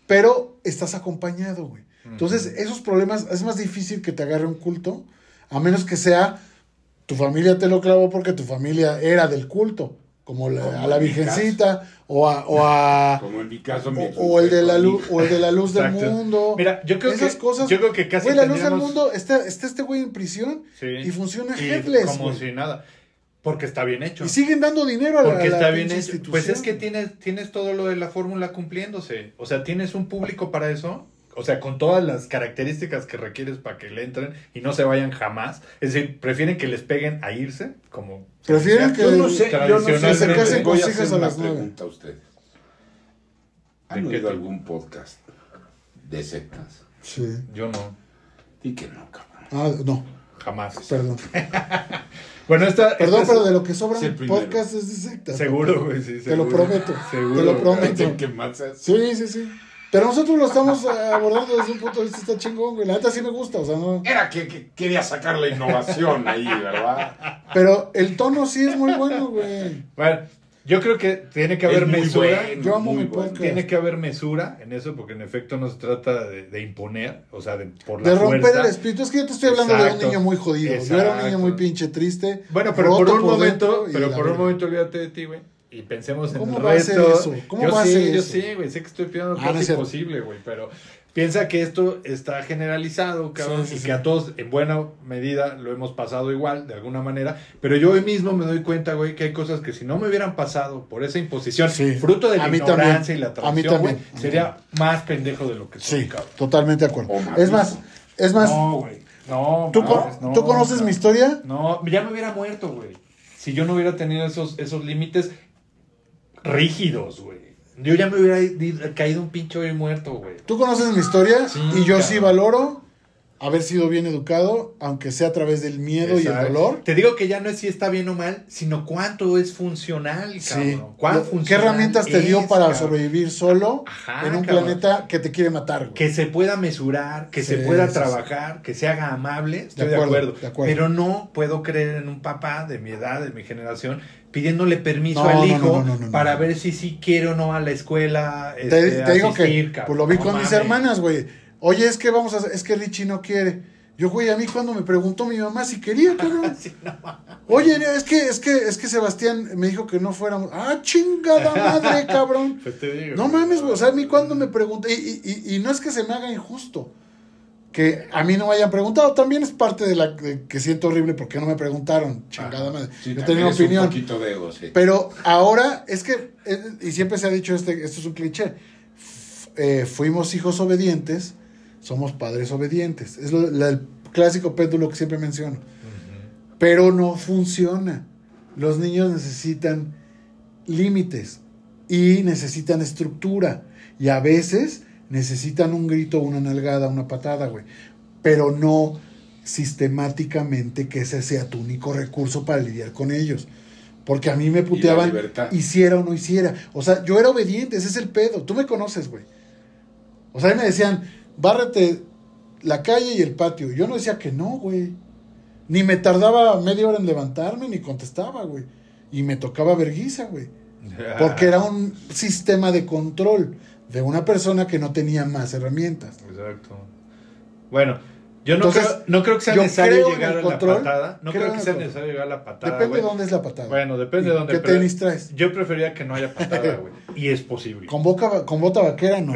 S2: Pero estás acompañado, güey. Entonces, esos problemas es más difícil que te agarre un culto, a menos que sea tu familia te lo clavó porque tu familia era del culto. como la-
S3: Como
S2: a la
S3: en mi caso.
S2: Virgencita, o a, o a-
S3: Como en mi caso, mi
S2: o-
S3: ex-
S2: o el de la luz, o el de la luz del
S1: Exacto.
S2: mundo.
S1: Mira, yo creo
S2: Esas
S1: que,
S2: cosas-
S1: Yo creo que casi.
S2: Güey, la luz del
S1: tendríamos-
S2: mundo, está, está este güey en prisión
S1: Sí.
S2: y funciona
S1: Y
S2: headless,
S1: Como
S2: güey.
S1: si nada. Porque está bien hecho.
S2: Y siguen dando dinero a la,
S1: Porque
S2: a la
S1: está bien
S2: pinche
S1: hecho. Pues es
S2: institución.
S1: que tienes, tienes todo lo de la fórmula cumpliéndose. O sea, tienes un público para eso. O sea, con todas las características que requieres para que le entren y no se vayan jamás. Es decir, prefieren que les peguen a irse, como...
S2: Prefieren
S1: Ya,
S2: que-
S3: Yo no sé, yo no sé,
S1: Tradicionalmente.
S3: se
S1: Se casen
S3: voy a
S2: con
S3: hacer
S2: hijas a
S3: una
S2: las nueve. Ah,
S3: pregunta a ustedes. ¿Han
S1: ¿De qué tipo?
S3: oído algún podcast de sectas?
S2: Sí.
S1: Yo no,
S3: Y que no, cabrón.
S2: Ah, no,
S1: jamás.
S2: perdón.
S1: Bueno, esta...
S2: Perdón,
S1: esta es-
S2: pero de lo que sobran
S3: es el primero.
S2: podcast es de sectas.
S1: Seguro, güey, sí,
S2: Te lo
S1: seguro.
S2: prometo,
S1: Seguro,
S2: te lo
S1: güey.
S2: prometo.
S3: Dicen que Este, más es-
S2: Sí, sí, sí. Pero nosotros lo estamos eh, abordando desde un punto de vista está chingón, güey. La neta sí me gusta, o sea, no.
S3: Era que, que quería sacar la innovación ahí, ¿verdad?
S2: Pero el tono sí es muy bueno, güey.
S1: Bueno, yo creo que tiene que
S3: Es
S1: haber
S3: muy
S1: mesura.
S3: bueno,
S2: Yo amo
S3: muy
S2: mi
S3: bueno.
S2: podcast.
S1: Tiene que haber mesura en eso, porque en efecto no se trata de, de imponer, o sea, de, por la
S2: De romper
S1: fuerza.
S2: el espíritu. Es que yo te estoy hablando de
S1: Exacto.
S2: un niño muy jodido. Yo era un niño
S1: Exacto.
S2: muy pinche triste.
S1: Bueno, pero por
S2: roto
S1: un momento,
S2: dentro y
S1: pero
S2: la
S1: por un
S2: verga.
S1: momento olvídate de ti, güey. Y pensemos en
S2: ¿Cómo
S1: el
S2: va a ser
S1: resto.
S2: eso? ¿Cómo
S1: yo
S2: va a
S1: sí,
S2: ser
S1: yo
S2: eso?
S1: sí, güey. Sé que estoy pidiendo
S2: Ah, no
S1: casi
S2: es cierto.
S1: imposible, güey. Pero piensa que esto está generalizado, cabrón.
S2: Sí, sí,
S1: y
S2: sí.
S1: que a todos, en buena medida, lo hemos pasado igual, de alguna manera. Pero yo hoy mismo me doy cuenta, güey, que hay cosas que si no me hubieran pasado por esa imposición,
S2: Sí.
S1: fruto de la
S2: A mí
S1: ignorancia
S2: también.
S1: y la
S2: A mí
S1: traición, güey,
S2: también.
S1: sería más pendejo de lo que soy,
S2: Sí,
S1: cabrón. Oh,
S2: totalmente de acuerdo.
S3: O más.
S2: es más, es más,
S1: No, güey. No,
S2: ¿tú,
S1: mames,
S2: co-
S1: no,
S2: ¿tú conoces
S1: cabrón.
S2: mi historia?
S1: No, ya me hubiera muerto, güey. Si yo no hubiera tenido esos, esos límites rígidos, güey. Yo ya me hubiera ido- caído un pinche hoyo y muerto, güey.
S2: Tú conoces mi historia
S1: Sí,
S2: y yo
S1: cabrón.
S2: sí valoro haber sido bien educado, aunque sea a través del miedo y el
S1: Exacto.
S2: dolor.
S1: Te digo que ya no es si está bien o mal, sino cuánto es funcional,
S2: Sí.
S1: cabrón. ¿Cuán
S2: ¿Qué
S1: funcional
S2: herramientas te
S1: es,
S2: dio para
S1: cabrón?
S2: sobrevivir solo
S1: Ajá,
S2: en un
S1: cabrón.
S2: planeta que te quiere matar? güey?
S1: Que se pueda mesurar, que se
S2: Sí,
S1: pueda
S2: sí, sí.
S1: trabajar, que se haga amable, estoy de
S2: acuerdo,
S1: acuerdo,
S2: de acuerdo.
S1: Pero no puedo creer en un papá de mi edad, de mi generación, pidiéndole permiso
S2: No, no,
S1: al
S2: no,
S1: hijo
S2: no, no, no,
S1: para
S2: no.
S1: ver si sí quiere o no a la escuela.
S2: Te,
S1: este,
S2: te digo
S1: asistir,
S2: que
S1: cabrón.
S2: pues, lo vi
S1: No
S2: con mis
S1: mames.
S2: hermanas, güey. Oye, es que vamos a, es que Richie no quiere. Yo, güey, a mí cuando me preguntó mi mamá si quería, cabrón.
S1: Sí, no mames.
S2: Oye, es que, es que, es que Sebastián me dijo que no fuéramos. Ah, chingada madre, cabrón. No mames, güey. O sea, a mí cuando me pregunté. Y, y- y- y no es que se me haga injusto. Que a mí no me hayan preguntado. También es parte de la de que siento horrible porque no me preguntaron. Chingada madre.
S3: Ah, Sí,
S2: Yo
S3: también
S2: tenía
S3: es un
S2: opinión.
S3: poquito de ego, sí.
S2: Pero ahora es que. eh, Y siempre se ha dicho este. Esto es un cliché. F- eh, fuimos hijos obedientes. Somos padres obedientes. Es lo- la- el clásico péndulo que siempre menciono. Pero no funciona. Los niños necesitan límites y necesitan estructura. Y a veces necesitan un grito, una nalgada, una patada, güey. Pero no sistemáticamente que ese sea tu único recurso para lidiar con ellos. Porque a mí me puteaban,
S3: libertad.
S2: hiciera o no hiciera. O sea, yo era obediente, ese es el pedo. Tú me conoces, güey. O sea, a mí me decían, bárrete la calle y el patio. Yo no decía que no, güey. Ni me tardaba media hora en levantarme, ni contestaba, güey. Y me tocaba verguiza, güey.
S1: Ah.
S2: Porque era un sistema de control de una persona que no tenía más herramientas.
S1: Exacto. Bueno, yo no,
S2: Entonces,
S1: creo, no creo que sea
S2: yo creo
S1: necesario
S2: en
S1: llegar
S2: el
S1: a
S2: control,
S1: la patada. No
S2: creo
S1: creo,
S2: en
S1: que
S2: el
S1: sea
S2: control.
S1: necesario llegar a la patada.
S2: Depende
S1: güey.
S2: de dónde es la patada.
S1: Ah, Bueno, depende
S2: ¿Y
S1: de dónde.
S2: ¿Qué
S1: pero
S2: tenis traes?
S1: Yo prefería que no haya patada, güey. Y es posible.
S2: Con, boca, con bota vaquera, no.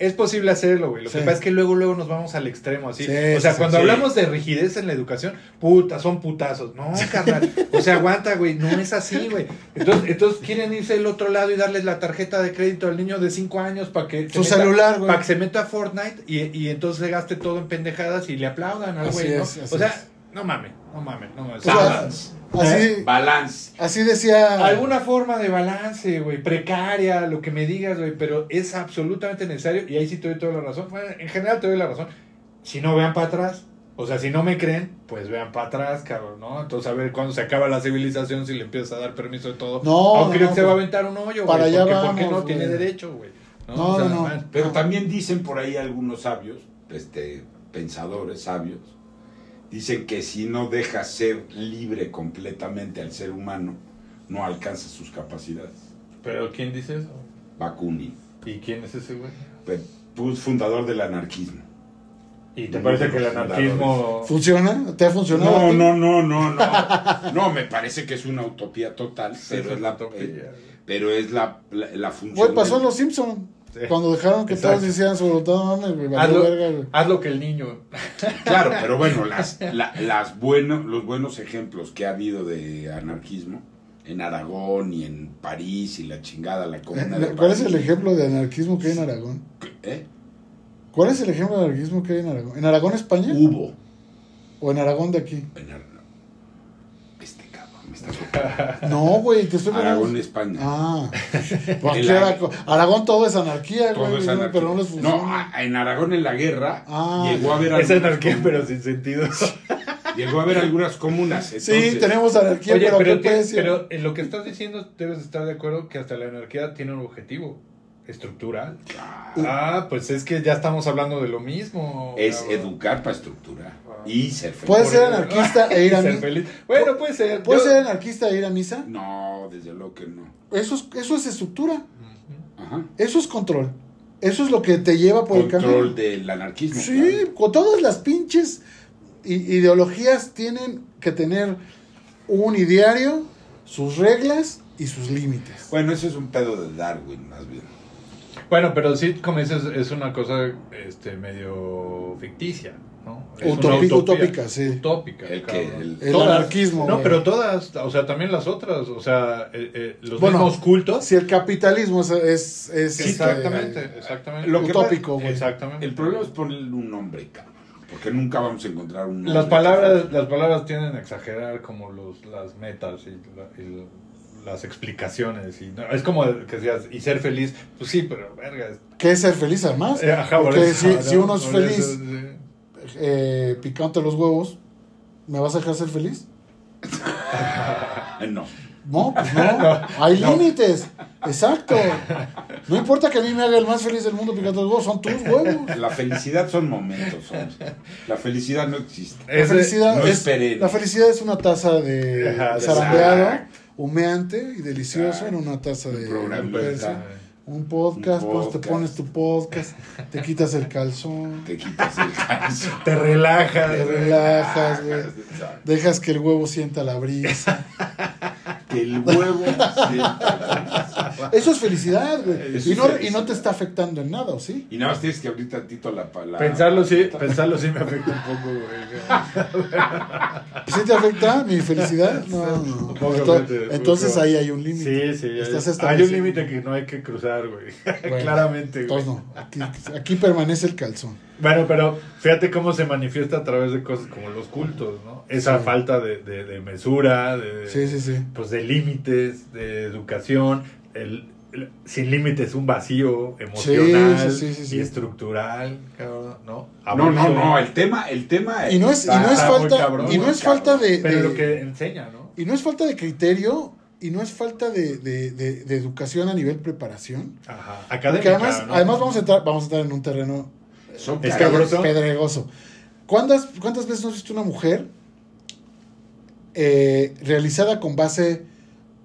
S1: Es posible hacerlo, güey. Lo
S2: Sí.
S1: que pasa es que luego, luego nos vamos al extremo, así.
S2: Sí,
S1: o sea,
S2: sí,
S1: cuando
S3: sí.
S1: hablamos de rigidez en la educación, puta, son putazos. No, carnal. O sea, aguanta, güey. No es así, güey. Entonces, entonces quieren irse al otro lado y darles la tarjeta de crédito al niño de 5 años para que. se
S2: Su
S1: meta-
S2: celular, güey.
S1: Para que se meta a Fortnite y, y entonces se gaste todo en pendejadas y le aplaudan al
S2: Así
S1: güey, ¿no?
S2: es, así
S1: o sea,
S2: es.
S1: no mames, no mames, no mames. Ah,
S2: O sea,
S1: Balance.
S2: Así,
S3: Balance.
S2: así decía.
S1: Ah. Alguna forma de balance, güey, precaria, lo que me digas, güey, pero es absolutamente necesario y ahí sí te doy toda la razón. Bueno, en general te doy la razón. Si no vean para atrás, o sea, si no me creen, pues vean para atrás, cabrón, ¿no? Entonces a ver cuándo se acaba la civilización si le empiezas a dar permiso de todo.
S2: No,
S1: Aunque
S2: no,
S1: creo que se va a
S2: güey.
S1: aventar un hoyo,
S2: Para
S1: güey,
S2: allá
S1: porque ¿por qué no
S2: vamos,
S1: tiene
S2: güey.
S1: derecho, güey?
S2: No, no, no.
S1: man,
S3: Pero también dicen por ahí algunos sabios, este, pensadores sabios, dicen que si no dejas ser libre completamente al ser humano, no alcanza sus capacidades.
S1: Pero ¿quién dice eso?
S3: Bakunin,
S1: ¿Y quién es ese güey?
S3: pe- pu- fundador del anarquismo.
S1: ¿Y te parece que el anarquismo...
S2: ¿Funciona? ¿Te ha funcionado? a
S3: No,
S2: ti?
S3: no, no, no, no. No, me parece que es una utopía total, pero es la eh, pero es la, la, la función.
S2: Güey, pasó en
S3: del-
S2: Los Simpson
S1: Sí.
S2: Cuando dejaron que
S1: Exacto.
S2: todos hicieran su voluntad, no mames, güey,
S3: Ah,
S2: valió
S1: Hazlo,
S2: verga, güey.
S1: hazlo que el niño.
S3: Claro, pero bueno, las, la- las bueno- los buenos ejemplos que ha habido de anarquismo en Aragón y en París y la chingada, la comuna de
S2: ¿Cuál es
S3: París,
S2: Eh, el ejemplo de anarquismo que hay en Aragón?
S3: ¿eh?
S2: ¿Cuál es el ejemplo de anarquismo que hay en Aragón? ¿En Aragón, España?
S3: Hubo.
S2: ¿O en Aragón de aquí?
S3: en Ar- Este cabrón me está tocando.
S2: No, güey, te estoy poniendo-
S3: Aragón, España.
S2: Ah, Pues aquí
S3: El
S2: era-
S3: Aragón.
S2: Aragón todo es anarquía,
S3: Todo
S2: güey,
S3: es
S2: no,
S3: anarquía.
S2: pero no les funciona.
S3: No, ah, a- en Aragón en la guerra
S2: Ah,
S3: llegó a haber
S1: Es
S3: algunas
S1: anarquía,
S3: comunas.
S1: pero sin sentido.
S3: Llegó a haber algunas comunas.
S2: sí,
S3: entonces-
S2: tenemos anarquía,
S1: Oye,
S2: pero, ¿a
S1: pero,
S2: ¿qué
S1: ti-
S2: precio?
S1: pero en lo que estás diciendo debes estar de acuerdo que hasta la anarquía tiene un objetivo estructural.
S2: Uh.
S3: Claro,
S1: Ah, pues es que ya estamos hablando de lo mismo.
S3: es
S1: cabrón.
S3: educar para estructurar y ser feliz.
S2: ¿Puede
S1: Por
S2: ser
S1: el-
S2: anarquista e ir a
S1: Ser
S2: misa?
S1: feliz. Bueno, puede ser.
S2: ¿Puede
S1: Yo-
S2: ser anarquista e ir a misa?
S3: No, desde luego que no.
S2: Eso es, eso es estructura,
S1: Ujú.
S3: Ajá.
S2: eso es control. Eso es lo que te lleva por el camino.
S3: Control del anarquismo.
S2: Sí, con todas las pinches i- ideologías tienen que tener un ideario, sus reglas y sus límites.
S3: Bueno, eso es un pedo de Darwin, más bien.
S1: Bueno, pero sí, como dices, es una cosa este, medio ficticia, ¿no? Es una
S2: Utopi-
S1: utopía.
S2: utópica, sí.
S1: Utópica,
S3: El que-
S1: cabrón.
S3: el-
S2: El
S1: Todas.
S2: anarquismo. eh.
S1: No,
S2: güey.
S1: pero todas, o sea, también las otras, o sea, eh, eh, los
S2: Bueno,
S1: mismos cultos.
S2: si el capitalismo es... es, es,
S1: Sí,
S2: este,
S1: exactamente, exactamente.
S3: Lo que
S2: utópico, güey.
S1: exactamente.
S3: El problema es ponerle un nombre, cabrón. Porque nunca vamos a encontrar un nombre.
S1: Las palabras, las palabras tienden a exagerar como los, las metas y, la- y las explicaciones. Y, no- es como que decías, y ser feliz, pues sí, pero verga. es-
S2: ¿Qué es ser feliz además?
S1: eh, ajá, por
S2: Porque
S1: eso,
S2: si,
S1: ¿no?
S2: si uno es
S1: Por
S2: feliz
S1: eso, sí.
S2: eh, picante los huevos, ¿me vas a dejar ser feliz?
S3: Ah, No.
S2: No, pues no. Hay límites. Exacto. No importa que a mí me haga el más feliz del mundo picante los huevos, son tus huevos.
S3: La felicidad son momentos. hombre. La felicidad no existe.
S2: La
S1: Ese-
S2: felicidad,
S3: no es
S2: es,
S3: perenne.
S2: la felicidad es una taza de
S1: Ajá, de
S2: zarandeado,
S3: sac.
S2: humeante y delicioso
S3: Exacto.
S2: en una taza de
S3: programa,
S2: de-
S1: pues,
S3: ¿verdad?
S2: un podcast,
S3: Un
S2: pues te
S3: podcast.
S2: pones tu podcast, te quitas el calzón,
S3: Te quitas el calcio.
S1: Te relajas.
S2: te
S1: güey.
S2: relajas, güey,
S3: Exacto.
S2: dejas que el huevo sienta la brisa.
S3: Que el huevo sienta.
S2: Eso es felicidad, güey.
S3: Eso
S2: Y
S3: es
S2: no, y
S3: felicidad.
S2: no te está afectando en nada, ¿o sí?
S3: Y nada más tienes que abrir tantito la palabra.
S1: Pensarlo sí, pensarlo sí me afecta un poco, güey.
S2: ¿Sí te afecta mi felicidad? No, no. Entonces,
S1: Obviamente,
S2: entonces
S1: poco.
S2: ahí hay un límite.
S1: Sí, sí. hay-
S2: Estás
S1: Hay un
S2: estableciendo.
S1: límite que no hay que cruzar, güey.
S2: Bueno,
S1: Claramente, güey.
S2: Entonces no. Aquí, aquí permanece el calzón.
S1: Bueno, pero fíjate cómo se manifiesta a través de cosas como los cultos, ¿no? Esa
S2: Sí.
S1: falta de, de- de mesura, de,
S2: Sí, sí, sí.
S1: pues de límites, de educación, el, el- sin límites un vacío emocional
S2: sí, sí, sí.
S1: y estructural, cabrón, ¿no?
S3: No, no,
S1: Abuso.
S3: no, el tema, el tema
S2: Y no es, y no es
S1: Está muy
S2: falta,
S1: cabrón,
S2: y no
S1: muy
S2: es falta de,
S1: Pero
S2: de-
S1: lo que enseña, ¿no?
S2: y no es falta de criterio y no es falta de, de- de- de educación a nivel preparación.
S1: Ajá.
S2: Porque
S1: Académica,
S2: además,
S1: ¿no?
S2: además vamos a entrar, vamos a entrar en un terreno
S3: Son
S1: Es
S3: caras.
S1: cabroso.
S2: pedregoso. ¿Cuántas, ¿Cuántas veces no has visto una mujer eh, realizada con base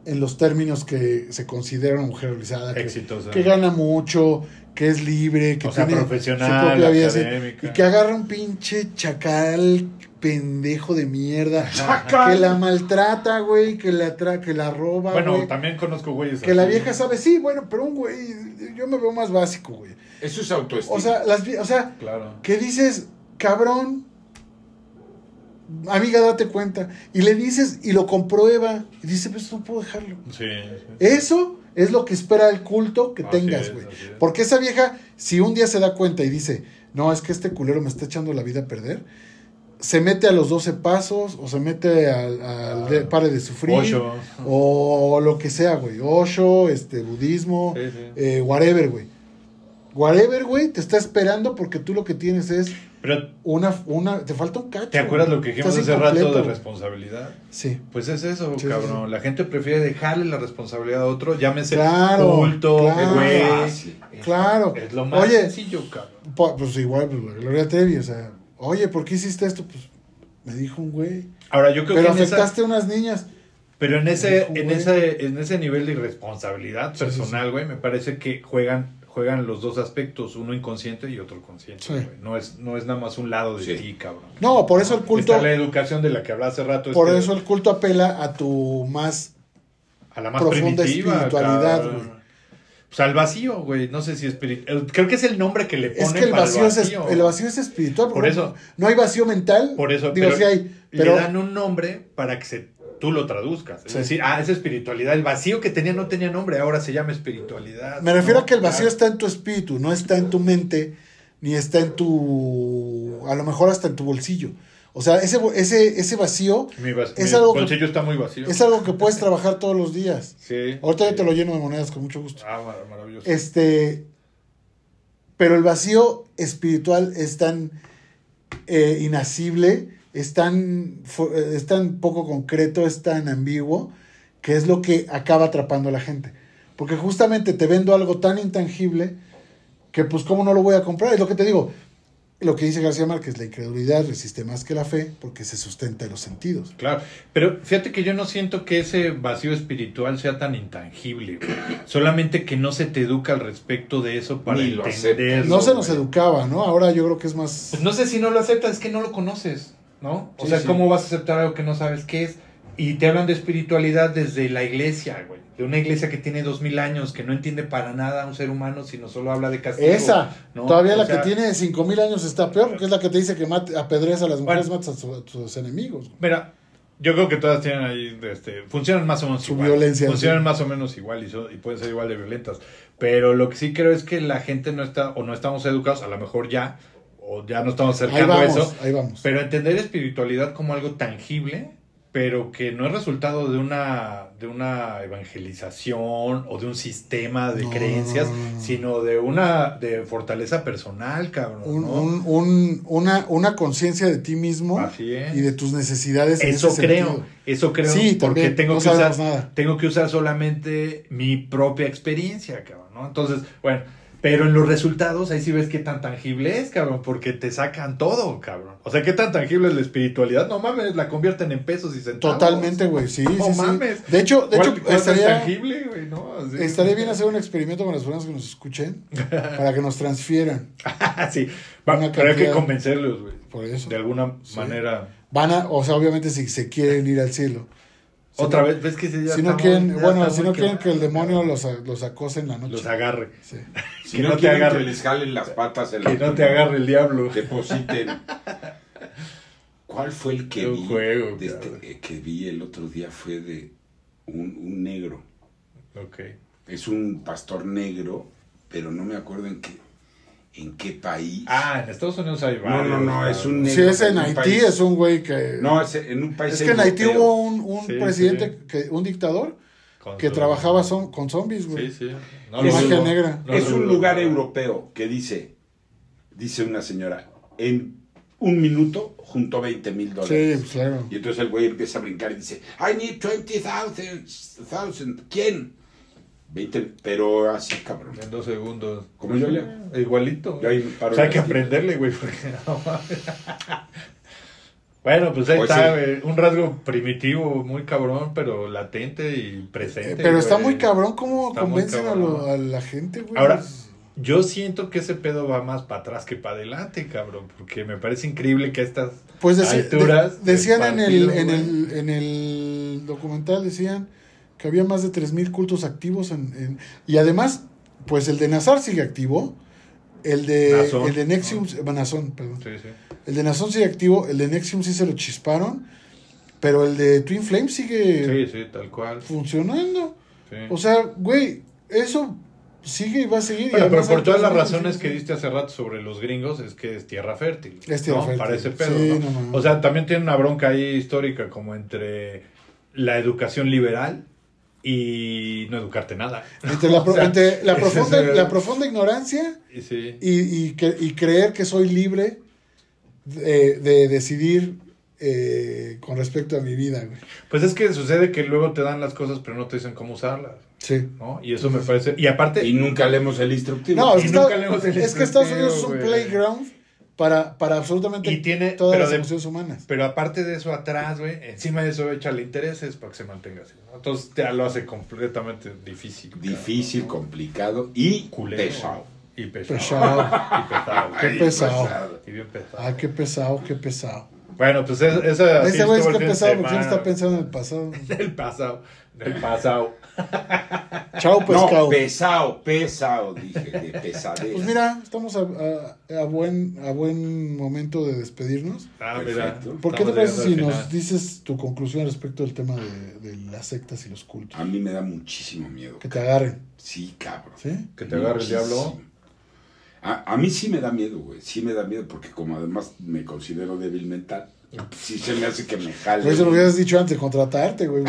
S2: en los términos que se considera una mujer realizada? Que,
S1: Exitosa.
S2: que gana mucho, que es libre, que
S1: o sea,
S2: tiene
S1: profesional,
S2: vida, sí.
S1: académica.
S2: Y que agarra un pinche chacal pendejo de mierda.
S3: Chacal.
S2: Que la maltrata, güey, que la, tra- que la roba,
S1: Bueno,
S2: güey.
S1: también conozco güeyes
S2: Que la
S1: así.
S2: vieja sabe, sí, bueno, pero un güey, yo me veo más básico, güey.
S3: Eso es autoestima.
S2: O sea, las, vi- o sea,
S1: Claro.
S2: que dices, cabrón, amiga, date cuenta. Y le dices, y lo comprueba, y dice, pues no puedo dejarlo.
S1: Sí. sí.
S2: Eso es lo que espera el culto que
S1: Así
S2: tengas,
S1: es,
S2: güey.
S1: así es.
S2: Porque esa vieja, si un día se da cuenta y dice, no, es que este culero me está echando la vida a perder, se mete a los 12 pasos o se mete al, al
S1: Ah.
S2: de- pare de sufrir.
S1: Ocho.
S2: O lo que sea, güey. Osho, este, budismo,
S1: Sí, sí.
S2: eh, whatever, güey. Whatever, güey, te está esperando porque tú lo que tienes es
S1: Pero
S2: una, una, te falta un cacho.
S1: ¿Te acuerdas
S2: güey.
S1: lo que dijimos
S2: Estás
S1: hace rato
S2: incompleto,
S1: de
S2: güey.
S1: responsabilidad?
S2: Sí.
S1: Pues es eso,
S2: Sí,
S1: cabrón.
S2: sí, sí.
S1: La gente prefiere dejarle la responsabilidad a otro, llámese
S2: Claro,
S1: culto,
S2: claro.
S1: güey.
S3: Fácil.
S1: Es-
S2: Claro.
S1: Es lo más
S2: Oye.
S1: sencillo, cabrón.
S2: Po- Pues igual, pues, la Gloria Trevi, o sea, oye, ¿por qué hiciste esto? Pues me dijo un güey.
S1: Ahora, yo creo
S2: Pero
S1: que en esa-
S2: afectaste a unas niñas.
S1: pero en ese,
S2: Hijo,
S1: en
S2: güey.
S1: ese, en ese nivel de irresponsabilidad personal, güey, me parece que juegan juegan los dos aspectos, uno inconsciente y otro consciente.
S2: Sí.
S1: güey. No, es, no es nada más un lado de
S3: Sí.
S1: ti, cabrón.
S2: No, por eso el culto,
S1: Está la educación de la que hablaba hace rato.
S2: por
S1: este,
S2: eso el culto apela a tu más
S1: a la más
S2: profunda
S1: primitiva,
S2: espiritualidad,
S1: cabrón.
S2: güey.
S1: Pues al vacío, güey. No sé si espiritual. Creo que es el nombre que le ponen
S2: es que el
S1: para
S2: vacío, es, el vacío es espiritual.
S1: Por
S2: porque
S1: eso.
S2: No hay vacío mental.
S1: Por eso,
S2: Digo,
S1: pero
S2: sí hay.
S1: le
S2: Pero
S1: dan un nombre para que se, tú lo traduzcas. Es
S2: Sí.
S1: decir, ah, es espiritualidad. El vacío que tenía no tenía nombre, ahora se llama espiritualidad.
S2: me refiero
S1: ¿no?
S2: a que el vacío
S1: Claro.
S2: está en tu espíritu, no está en tu mente, ni está en tu. A lo mejor hasta en tu bolsillo. O sea, ese, ese, ese vacío
S1: Mi, vas-
S2: es
S1: mi
S2: algo que-
S1: bolsillo está muy vacío.
S2: es algo que puedes trabajar todos los días.
S1: Sí.
S2: Ahorita yo
S1: Sí.
S2: te lo lleno de monedas con mucho gusto.
S1: Ah, mar- maravilloso.
S2: Este. Pero el vacío espiritual es tan eh, inasible, es tan, fu- eh, es tan poco concreto, es tan ambiguo, que es lo que acaba atrapando a la gente. Porque justamente te vendo algo tan intangible que pues cómo no lo voy a comprar. Es lo que te digo, lo que dice García Márquez, la incredulidad resiste más que la fe porque se sustenta en los sentidos.
S1: Claro, pero fíjate que yo no siento que ese vacío espiritual sea tan intangible, güey. solamente que no se te educa al respecto de eso para
S3: Ni lo
S1: entenderlo.
S3: aceptas.
S2: No se nos
S1: güey.
S2: educaba, ¿no? Ahora yo creo que es más...
S1: Pues no sé si no lo aceptas, es que no lo conoces, ¿no? O
S2: Sí,
S1: sea,
S2: sí.
S1: ¿cómo vas a aceptar algo que no sabes qué es? Y te hablan de espiritualidad desde la iglesia, güey. De una iglesia que tiene dos mil años, que no entiende para nada a un ser humano, sino solo habla de castigo.
S2: Esa,
S1: ¿no?
S2: todavía
S1: O
S2: la
S1: sea,
S2: que tiene 5000 años está peor, porque es la que te dice que mate, apedrez a las mujeres,
S1: Bueno.
S2: matas a, su- a tus enemigos.
S1: Mira, yo creo que todas tienen ahí, este, funcionan más o menos
S2: Su
S1: igual.
S2: violencia,
S1: Funcionan
S2: sí.
S1: más o menos igual y, so- y pueden ser igual de violentas. Pero lo que sí creo es que la gente no está, o no estamos educados, a lo mejor ya, o ya no estamos
S2: Ahí
S1: acercando a
S2: vamos,
S1: eso.
S2: ahí vamos.
S1: Pero entender espiritualidad como algo tangible, pero que no es resultado de una, de una evangelización o de un sistema de
S2: No,
S1: creencias,
S2: no, no, no.
S1: sino de una de fortaleza personal, cabrón.
S2: Un-
S1: ¿no?
S2: un- un- una una conciencia de ti mismo
S1: Así es.
S2: y de tus necesidades. en
S1: Eso
S2: ese
S1: creo,
S2: sentido.
S1: eso creo,
S2: Sí,
S1: porque
S2: también,
S1: tengo
S2: no
S1: que usar
S2: sabemos nada.
S1: tengo que usar solamente mi propia experiencia, cabrón, ¿no? Entonces, bueno, pero en los resultados ahí sí ves qué tan tangible es, cabrón, porque te sacan todo, cabrón. O sea, qué tan tangible es la espiritualidad, no mames, la convierten en pesos y centavos.
S2: Totalmente, güey. Sí, sí,
S1: Ah, No
S2: sí.
S1: mames.
S2: De hecho, de
S1: ¿Cuál-
S2: hecho
S1: cuál es
S2: estaría,
S1: tangible, güey, ¿no? Así.
S2: estaría bien hacer un experimento con las personas que nos escuchen para que nos transfieran.
S1: Ah, sí, Va,
S2: Una
S1: pero hay que
S2: cantidad-
S1: convencerlos, güey,
S2: Por eso.
S1: de alguna
S2: Sí.
S1: manera.
S2: Van a, o sea, obviamente si se quieren ir al cielo. Si
S1: Otra
S2: no-
S1: vez, ves que
S2: Si
S1: quieren,
S2: no quieren, bueno, si no quieren que el demonio los, a- los acose en la noche.
S1: los agarre,
S2: Sí.
S3: Si no, te agarre. les jalen las patas el
S1: que no te agarre el diablo.
S3: Depositen. ¿Cuál fue el que
S1: Qué
S3: vi?
S1: juego,
S3: de este-
S1: cabrón.
S3: eh, que vi el otro día fue de un, un negro.
S1: Ok.
S3: Es un pastor negro, pero no me acuerdo en qué, en qué país.
S1: Ah, en Estados Unidos hay
S3: No, no, no, es un
S2: Si es en
S3: Un
S2: Haití,
S3: país.
S2: es un güey que.
S3: No, es en un país
S2: es que en Haití
S3: europeo.
S2: hubo un, un
S1: Sí,
S2: presidente, Que, un dictador,
S1: Con
S2: que
S1: su-
S2: trabajaba zom- con zombies, güey.
S1: Sí, sí.
S2: Y
S1: lo
S2: magia
S1: dudo.
S2: negra.
S1: No
S3: es
S1: lo
S3: un
S1: dudo.
S3: lugar europeo que dice, dice una señora, en un minuto juntó 20 mil
S2: Sí,
S3: dólares.
S2: pues, claro.
S3: Y entonces el güey empieza a brincar y dice, I need 20,000. thousand. ¿Quién? 20, pero así, cabrón.
S1: En dos segundos.
S3: Como yo le-
S1: Igualito.
S3: Yo ahí me paro
S1: O sea, hay
S3: de
S1: que
S3: vestir.
S1: aprenderle, güey. porque no mames. bueno, pues ahí
S3: Pues
S1: está.
S3: sí.
S1: güey, Un rasgo primitivo, muy cabrón, pero latente y presente.
S2: Eh, pero está
S1: este, güey.
S2: muy cabrón cómo
S1: Está muy
S2: convencen a, lo-
S1: cabrón.
S2: a la gente, güey.
S1: Ahora, yo siento que ese pedo va más para atrás que para adelante, cabrón. Porque me parece increíble que a estas
S2: Pues deci- de-
S1: alturas del
S2: decían en, el,
S1: partido,
S2: en,
S1: güey.
S2: el, en el documental, decían que había más de 3.000 cultos activos. En, en- y además, pues el de Nazar sigue activo. El de,
S1: Nazón.
S2: el de Nexium, eh, Nazón, perdón.
S1: Sí, sí.
S2: El de Nazón sigue activo, el de Nexium sí se lo chisparon, pero el de Twin Flame sigue
S1: Sí, sí, tal cual. Sí.
S2: funcionando. O sea, güey, eso sigue y va a seguir. y
S1: Bueno, pero
S2: además
S1: por
S2: hay
S1: todas las
S2: otros
S1: razones que
S2: sí,
S1: diste hace rato sobre los gringos, es que es tierra fértil.
S2: Es tierra
S1: ¿no?
S2: fértil.
S1: Para ese pedo.
S2: Sí,
S1: ¿no?
S2: no mames.
S1: o sea, también tiene una bronca ahí histórica, como entre la educación liberal y no educarte nada.
S2: Entre la, pro-
S1: O sea,
S2: entre la
S1: ese
S2: profunda,
S1: es el-
S2: la profunda ignorancia
S1: Y sí.
S2: y, y que- y creer que soy libre de, de decidir eh, con respecto a mi vida, güey.
S1: Pues es que sucede que luego te dan las cosas, pero no te dicen cómo usarlas,
S2: Sí.
S1: ¿no? Y eso me parece. Y aparte.
S3: Y nunca leemos el instructivo.
S2: No, es
S1: Y
S2: que,
S1: nunca
S2: está-
S1: leemos el
S2: es que Estados
S1: escruteo,
S2: Unidos es un
S1: güey.
S2: playground para, para absolutamente
S1: Y tiene-
S2: todas
S1: pero
S2: las
S1: de-
S2: emociones humanas.
S1: Pero aparte de eso, atrás, güey, encima de eso, échale intereses para que se mantenga así. ¿no? Entonces ya lo hace completamente difícil. cabrón.
S3: Difícil, complicado y
S1: Culero.
S3: pesado.
S1: Y pesado.
S2: Pesado.
S1: Y pesado.
S2: Qué
S1: güey.
S2: pesado.
S1: Y bien pesado.
S2: Ah, qué pesado, qué pesado.
S1: Bueno, pues es- esa. así
S2: Ese güey es
S1: estuvo
S2: que
S1: el fin de
S2: pesado porque
S1: semana,
S2: él está pensando en el pasado.
S1: güey. Del pasado. Del pasado.
S2: Chao,
S1: Pues,
S2: pescado.
S3: No, pesado, pesado, dije, de pesadez.
S2: Pues mira, estamos a, a- a buen, a buen momento de despedirnos.
S1: Ah, mira.
S3: Perfecto.
S2: ¿Por qué te
S1: Estamos
S2: parece si
S1: llegando al
S2: nos
S1: final.
S2: dices tu conclusión respecto del tema de, de las sectas y los cultos?
S3: A mí me da muchísimo miedo.
S2: Que te agarren,
S3: Sí, cabrón.
S2: ¿sí?
S1: Que te agarre el diablo.
S3: Muchísimo. A, a mí sí me da miedo, güey. Sí me da miedo porque como además me considero débil mental, sí se me hace que me jale.
S2: Por eso lo
S3: güey.
S2: hubieras dicho antes, contratarte, güey.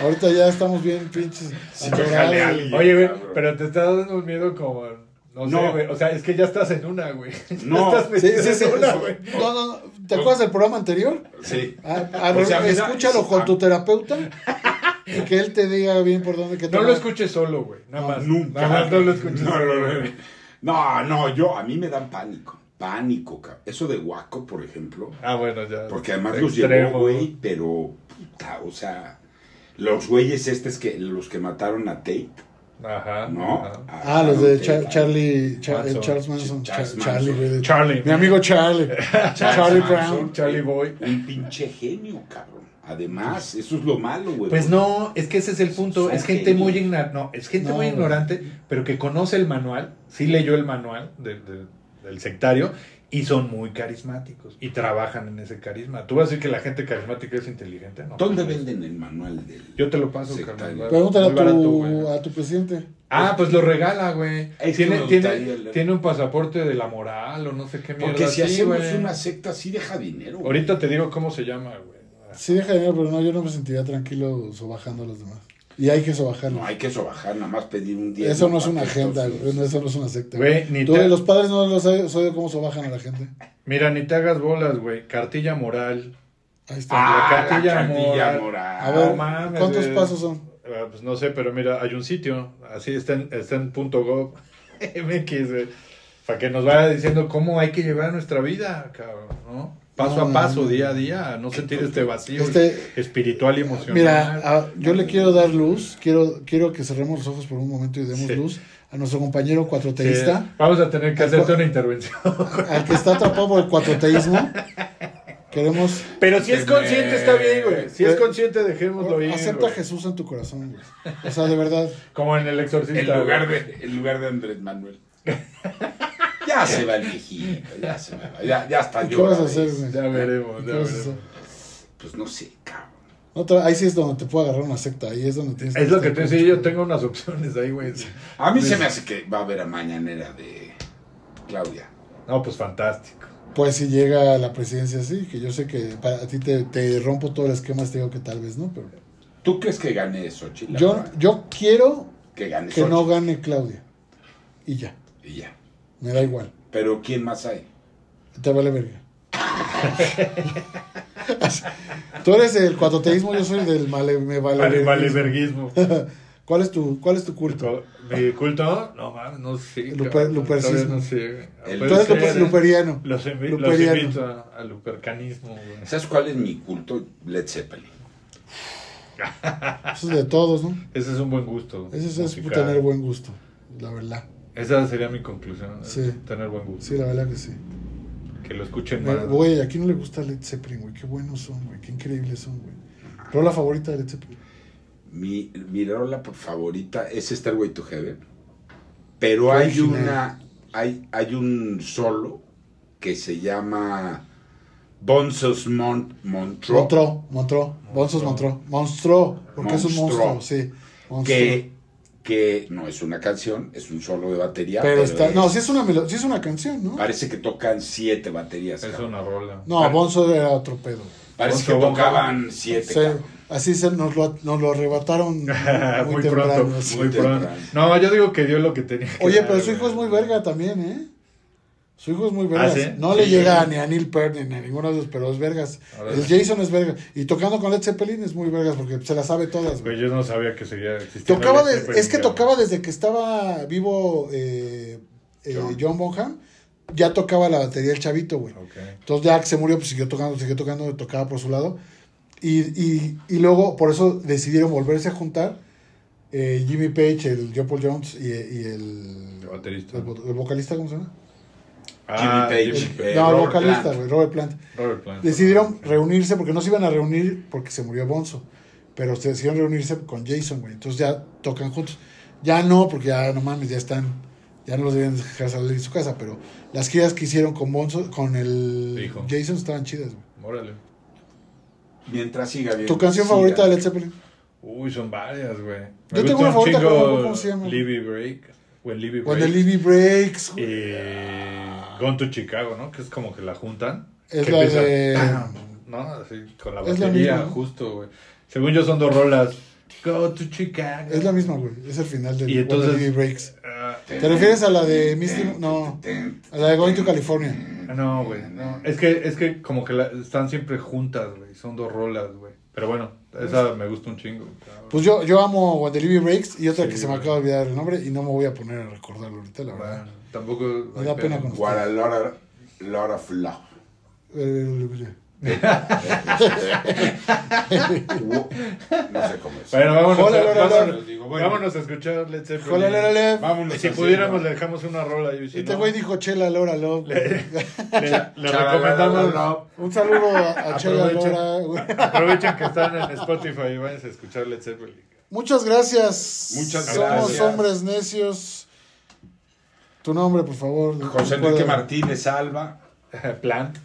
S2: Ahorita ya estamos bien pinches.
S3: Sí, me jale
S2: atorados.
S3: alguien.
S1: Oye, güey,
S3: Cabrón.
S1: pero te está dando un miedo como. No, sé,
S3: No.
S1: güey. O sea, es que ya estás en una, güey.
S3: No.
S1: Ya estás
S2: Sí,
S1: metido
S2: sí, sí.
S1: en una,
S2: eso.
S1: güey.
S2: No, no, no. ¿Te acuerdas del programa anterior?
S3: Sí.
S2: Ah, a
S3: O sea,
S2: ver,
S3: mira,
S2: escúchalo
S3: sí,
S2: con
S3: ah.
S2: tu terapeuta y que él te diga bien por dónde que
S1: No
S2: te
S1: lo
S2: va.
S1: escuches solo, güey. Nada
S2: No,
S1: más.
S3: Nunca.
S1: Nada más no lo escuches
S3: No,
S1: solo,
S3: no, no.
S1: güey.
S3: No, no, yo, a mí me dan pánico. Pánico, cabrón. Eso de Waco, por ejemplo.
S1: Ah, bueno, ya.
S3: Porque además los
S1: Extremo,
S3: llevó, güey, pero puta, o sea, los güeyes estos que los que mataron a Tate,
S1: Ajá.
S3: ¿no?
S1: ajá.
S2: Ah, los de Cha-
S3: Tate,
S2: Charlie, Cha-
S1: Manson.
S2: eh, Charles Manson.
S3: Ch-
S2: Cha-
S3: Charles
S2: Charlie,
S3: Manson.
S2: güey.
S1: Charlie.
S2: Mi amigo Charlie. Charlie Brown.
S1: Charlie Boy.
S3: Un pinche genio, cabrón. Además, eso es lo malo, güey.
S1: Pues no, es que ese es el punto.
S3: Son
S1: Es gente muy
S3: genios.
S1: ignorante. No, es gente
S2: No,
S1: muy
S2: güey.
S1: ignorante, pero que conoce el manual. Sí leyó el manual de- de- del sectario. Y son muy carismáticos. Y trabajan en ese carisma. ¿Tú vas a decir que la gente carismática es inteligente? No.
S3: ¿Dónde venden el manual del
S1: Yo te lo paso,
S3: Sectario.
S1: carnal.
S2: Pregúntale a
S1: Muy barato, güey.
S2: tu, a tu presidente.
S1: Ah, pues lo regala, güey.
S3: Es que
S1: Tiene,
S3: me gustaría
S1: tiene,
S3: leer.
S1: tiene un pasaporte de la moral o no sé qué mierda.
S3: Porque si
S1: así,
S3: hacemos
S1: güey.
S3: una secta, sí deja dinero. güey.
S1: Ahorita te digo cómo se llama, güey.
S2: Sí, deja de dinero, pero no, yo no me sentiría tranquilo sobajando a los demás. Y hay que sobajarlos.
S3: No hay que sobajar, nada más pedir un día.
S2: Eso no es una agenda, güey, no, eso no es una secta. güey.
S1: Güey, ni
S2: Tú,
S1: te-
S2: de los padres no los sabes odio cómo sobajan a la gente.
S1: Mira, ni te hagas bolas, güey. Cartilla moral.
S2: Ahí está.
S3: Ah, la
S1: cartilla
S3: cartilla,
S1: moral.
S3: moral.
S2: a
S1: no
S2: ver,
S1: mames,
S2: ¿cuántos
S1: güey.
S2: pasos son?
S1: Eh, Pues no sé, pero mira, hay un sitio. Así está en, está en punto .gov. MX, güey. Para que nos vaya diciendo cómo hay que llevar nuestra vida, cabrón, ¿no? Paso
S2: No,
S1: a paso,
S2: no.
S1: día a día. No sentir este vacío
S2: Este-
S1: espiritual y emocional.
S2: Mira, a- yo
S1: Ah,
S2: le quiero dar luz, quiero, quiero que cerremos los ojos por un momento y demos
S1: Sí.
S2: luz a nuestro compañero
S1: Sí,
S2: cuatroteísta,
S1: Vamos a tener que
S2: Al
S1: hacerte
S2: cua-
S1: una intervención.
S2: al que está atrapado por el cuatroteísmo. Queremos...
S1: Pero si
S3: es consciente, está bien, güey.
S1: Si
S2: es
S1: consciente, dejémoslo
S2: Eh, acepta a Jesús en tu corazón, güey. O sea, de verdad.
S1: Como en el exorcista.
S3: En lugar, de, en lugar de Andrés Manuel. ya se va el viejito, ya se va. Ya, ya está
S2: ¿Y qué
S3: llora,
S2: vas a hacer,
S3: ¿ves?
S2: güey?
S1: Ya veremos,
S2: ¿Qué
S1: ya
S2: vas
S1: veremos.
S2: a hacer?
S3: Pues no sé, cabrón.
S2: No te- ahí sí es donde te puede agarrar una secta, ahí es donde tienes
S1: Es lo que te
S2: estar con
S1: decía,
S2: mucho
S1: yo tengo unas opciones ahí, güey.
S3: A mí se me hace que va a haber a mañanera de Claudia.
S1: No, pues fantástico.
S2: cuidado. Pues si llega a la presidencia, sí, que yo sé que para a ti te, te rompo todo el esquema, te digo que tal vez no, pero...
S3: ¿Tú crees que gane Xochitl? la
S2: Yo,
S3: verdad?
S2: yo quiero
S3: que gane
S2: que no
S3: Xochitl.
S2: gane Claudia. Y ya,
S3: Y ya.
S2: me da igual.
S3: Pero ¿quién más hay?
S2: Te vale verga. Tú eres del cuatoteísmo, yo soy del male, me vale,
S1: Vale, vale,
S2: verguismo.
S1: verguismo.
S2: ¿Cuál es tu, cuál es tu culto?
S1: Mi culto, no mames, no sé.
S2: Luper-
S1: cabrón,
S2: lupercismo.
S1: todavía No sé, güey. Puede
S3: El-
S2: Tú eres
S1: ser,
S2: López
S1: ¿eh?
S2: Luperiano.
S1: Los, invi- los
S2: Luperiano.
S1: invito a- al lupercanismo, güey.
S3: ¿Sabes cuál es mi culto? Led Zeppelin.
S2: Eso es de todos, ¿no?
S1: Ese es un buen gusto.
S2: Eso es
S1: musical.
S2: tener buen gusto, la verdad.
S1: Esa sería mi conclusión. es
S2: Sí.
S1: Tener buen gusto.
S2: Sí, la verdad que sí.
S1: Que lo escuchen
S2: Me-
S1: más.
S2: Güey, ¿a quién no le gusta Led Zeppelin, güey? Qué buenos son, güey. Qué increíbles son, güey. Rola favorita de Led Zeppelin.
S3: Mi, mi rola por favorita es Stairway to Heaven. Pero hay
S2: Original.
S3: una. Hay, hay un solo que se llama Bonsos Mont, Montreux,
S2: Montró, Montró. Bonzos Montró. Monstró, porque es un
S3: Monstruo.
S2: monstruo, sí. Monstruo.
S3: Que, que no es una canción, es un solo de batería.
S2: Pero está.
S3: es-
S2: No, sí es una, melo- sí es una canción, ¿no?
S3: Parece que tocan siete baterías.
S1: Es
S3: cabrón.
S1: una rola.
S2: No, Bonzo era otro pedo.
S3: Parece que
S1: Bonzo,
S3: tocaban siete.
S2: Se-
S3: cabrón.
S2: así se nos lo, nos lo arrebataron muy,
S1: muy,
S2: temprano.
S1: pronto,
S2: sí.
S1: muy pronto.
S3: temprano.
S1: No, yo digo que dio lo que tenía. que
S2: Oye,
S1: dar,
S2: pero su hijo
S1: güey.
S2: es muy verga también, ¿eh? Su hijo es muy vergas.
S1: ¿Ah, ¿sí?
S2: No
S1: Sí,
S2: le
S1: sí.
S2: llega ni a Neil Peart ni a ninguno de los, pero es vergas.
S1: Ahora
S2: El
S1: sí.
S2: Jason es vergas. Y tocando con Led Zeppelin es muy vergas porque se la sabe todas, güey.
S1: Güey, yo no sabía que seguía existiendo. este
S2: Tocaba
S1: Led
S2: de-
S1: Zeppelin,
S2: es que
S1: cabrón.
S2: tocaba desde que estaba vivo eh, eh, John.
S3: John.
S2: Bonham. ya tocaba la batería el chavito, güey.
S1: Ok.
S2: Entonces ya que se murió, pues siguió tocando, siguió tocando, tocaba por su lado. Y, y- y luego, por eso decidieron volverse a juntar eh, Jimmy Page, el John Paul Jones y, y el,
S1: El baterista.
S2: el vo- el vocalista, ¿cómo se llama?
S1: Ah,
S3: Jimmy
S1: Jimmy
S3: Page. Eh,
S2: no, el
S3: Robert
S2: vocalista,
S3: Plant.
S2: güey, Robert Plant.
S1: Robert Plant.
S2: Decidieron reunirse porque no se iban a reunir porque se murió Bonzo. Pero se decidieron reunirse con Jason, güey. Entonces ya tocan juntos. Ya no, porque ya no mames, ya están. Ya no los debían dejar salir de su casa. Pero las giras que hicieron con Bonzo, con el
S1: Hijo.
S2: Jason estaban chidas, güey.
S1: Órale.
S3: Mientras siga bien.
S2: ¿Tu canción
S3: siga.
S2: favorita de Led Zeppelin?
S1: Uy, son varias, güey. Me
S2: Yo
S1: gusta
S2: tengo una
S1: un
S2: favorita,
S1: chingo
S2: pero no me acuerdo cómo se llama.
S1: Libby Break. When Libby Break.
S2: Cuando el Libby Breaks. güey.
S1: Y Gone to Chicago, ¿no? Que es como que la juntan.
S2: Es
S1: Que
S2: la
S1: empieza,
S2: de-
S1: ¡pam! ¿No? Así, con la
S2: Es la
S1: batería,
S2: misma, ¿no?
S1: justo, güey. Según yo son dos rolas. Go to Chicago.
S2: Es la misma, güey. Es el final del
S1: Y entonces-
S2: Cuando el Libby Breaks.
S1: Ah,
S2: ¿Te refieres a la de Misty? No. A la de Going to California.
S1: no, güey. No. Es, que, es que como que la- están siempre juntas, güey. Son dos rolas, güey. Pero bueno, esa me gusta un chingo.
S2: Pues yo, yo amo When the Libby Breaks y otra
S1: Sí,
S2: que se me
S1: güey.
S2: acaba de olvidar el nombre y no me voy a poner a recordarlo ahorita, la verdad.
S1: Bueno, tampoco.
S2: Me da
S1: hay
S2: pena
S1: pedo.
S2: con-
S3: What a lot of, lot of love.
S2: Eh,
S3: no sé cómo es.
S1: Bueno, vámonos,
S2: Hola,
S1: a,
S2: hola, hola.
S1: vámonos-
S3: Digo, bueno.
S1: vámonos a escuchar Led Zeppelin.
S2: Hola, hola, hola.
S3: Vámonos.
S1: Si
S3: así,
S1: pudiéramos,
S3: ¿no?
S1: le dejamos una rola. Y si
S2: Este
S1: no, Eh.
S2: güey dijo Chela Lora Love. güey.
S1: le, le
S3: Chala,
S1: recomendamos.
S3: la, la, la.
S2: Un saludo a, a Chela
S1: Aprovecha.
S2: Lora. güey.
S1: Aprovechen que están en Spotify y vayan a escuchar Led Zeppelin.
S2: Muchas gracias.
S3: Muchas
S2: Somos
S3: gracias.
S2: hombres necios. Tu nombre, por favor.
S3: José Enrique
S2: Recuérdalo.
S3: Martínez Alba.
S1: Plant.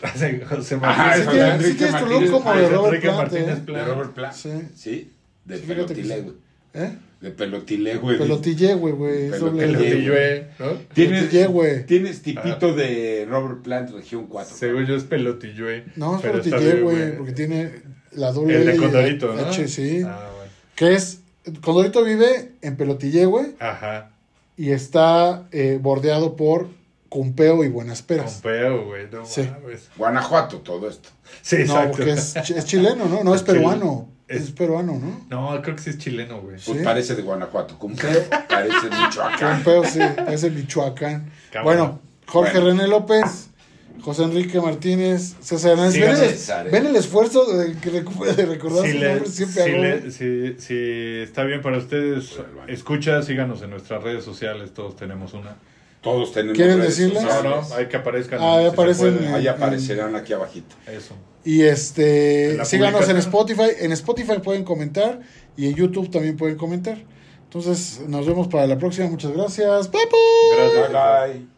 S1: José
S3: Ah,
S1: Martínez.
S3: sí
S1: José
S3: tiene-
S1: Enrique
S3: sí tienes tu look
S1: Martínez,
S2: como
S1: José
S2: de Robert
S1: Enrique
S2: Plant,
S1: Martínez
S2: ¿eh?
S3: De
S1: Plant.
S3: Robert Plant.
S2: Sí.
S3: Sí, de
S2: Sí, fíjate que
S3: pelotile,
S2: sí.
S3: güey.
S2: ¿eh?
S3: De pelotile, güey.
S2: Pelotille, güey, güey. es doble-
S1: El
S3: Pelotille.
S1: Otillue, ¿no?
S2: pelotille, güey.
S3: tienes tipito de Robert Plant, región 4.
S1: Según yo es pelotillue.
S2: No, es
S1: pero está
S2: pelotille,
S1: bien,
S2: güey, porque tiene la doble
S1: El
S2: L
S1: de
S2: y la
S1: Condorito, ¿no?
S2: H, sí.
S1: Ah, bueno.
S2: Que es. Condorito vive en Pelotille, güey.
S1: Ajá.
S2: Y está eh, bordeado por Cumpeo y Buenas Peras.
S1: Pompeo, güey. No
S2: Sí.
S1: mames.
S3: Guanajuato, todo esto.
S1: Sí,
S2: No,
S1: exacto.
S2: porque es, chi- es chileno, ¿no? No, es
S1: Es chileno.
S2: peruano.
S1: Es-
S2: Es peruano, ¿no?
S1: No, creo que sí es chileno, güey.
S3: Pues
S2: Sí.
S3: parece de Guanajuato. Cumple, parece mucho acá.
S2: Pompeo, sí, es de Michoacán.
S1: Ah. Cabrón.
S2: Bueno, Jorge
S3: Bueno.
S2: René López, José Enrique Martínez, César Hernández.
S1: Sigan
S2: ¿Ven el-
S3: César, eh.
S2: ¿Ven el esfuerzo de, que recu- de recordar
S1: Si,
S2: su
S1: le-
S2: nombre siempre
S1: si
S2: hago,
S1: le-
S2: güey?
S1: si- si está bien para ustedes, escucha, síganos en nuestras redes sociales, todos tenemos una.
S3: Todos tenemos.
S2: ¿Quieren
S3: redes
S2: decirlas?
S1: No,
S3: sociales.
S1: no, hay que aparezcan.
S2: Ah,
S1: si se
S2: aparecen,
S1: puede.
S3: Ahí aparecerán aquí abajito.
S1: Eso.
S2: Y
S1: En
S2: este,
S1: la
S2: síganos
S1: publicación.
S2: en Spotify. En Spotify pueden comentar y en YouTube también pueden comentar. Entonces, nos vemos para la próxima. Muchas gracias. Bye, bye.
S1: Gracias.
S3: Bye, bye.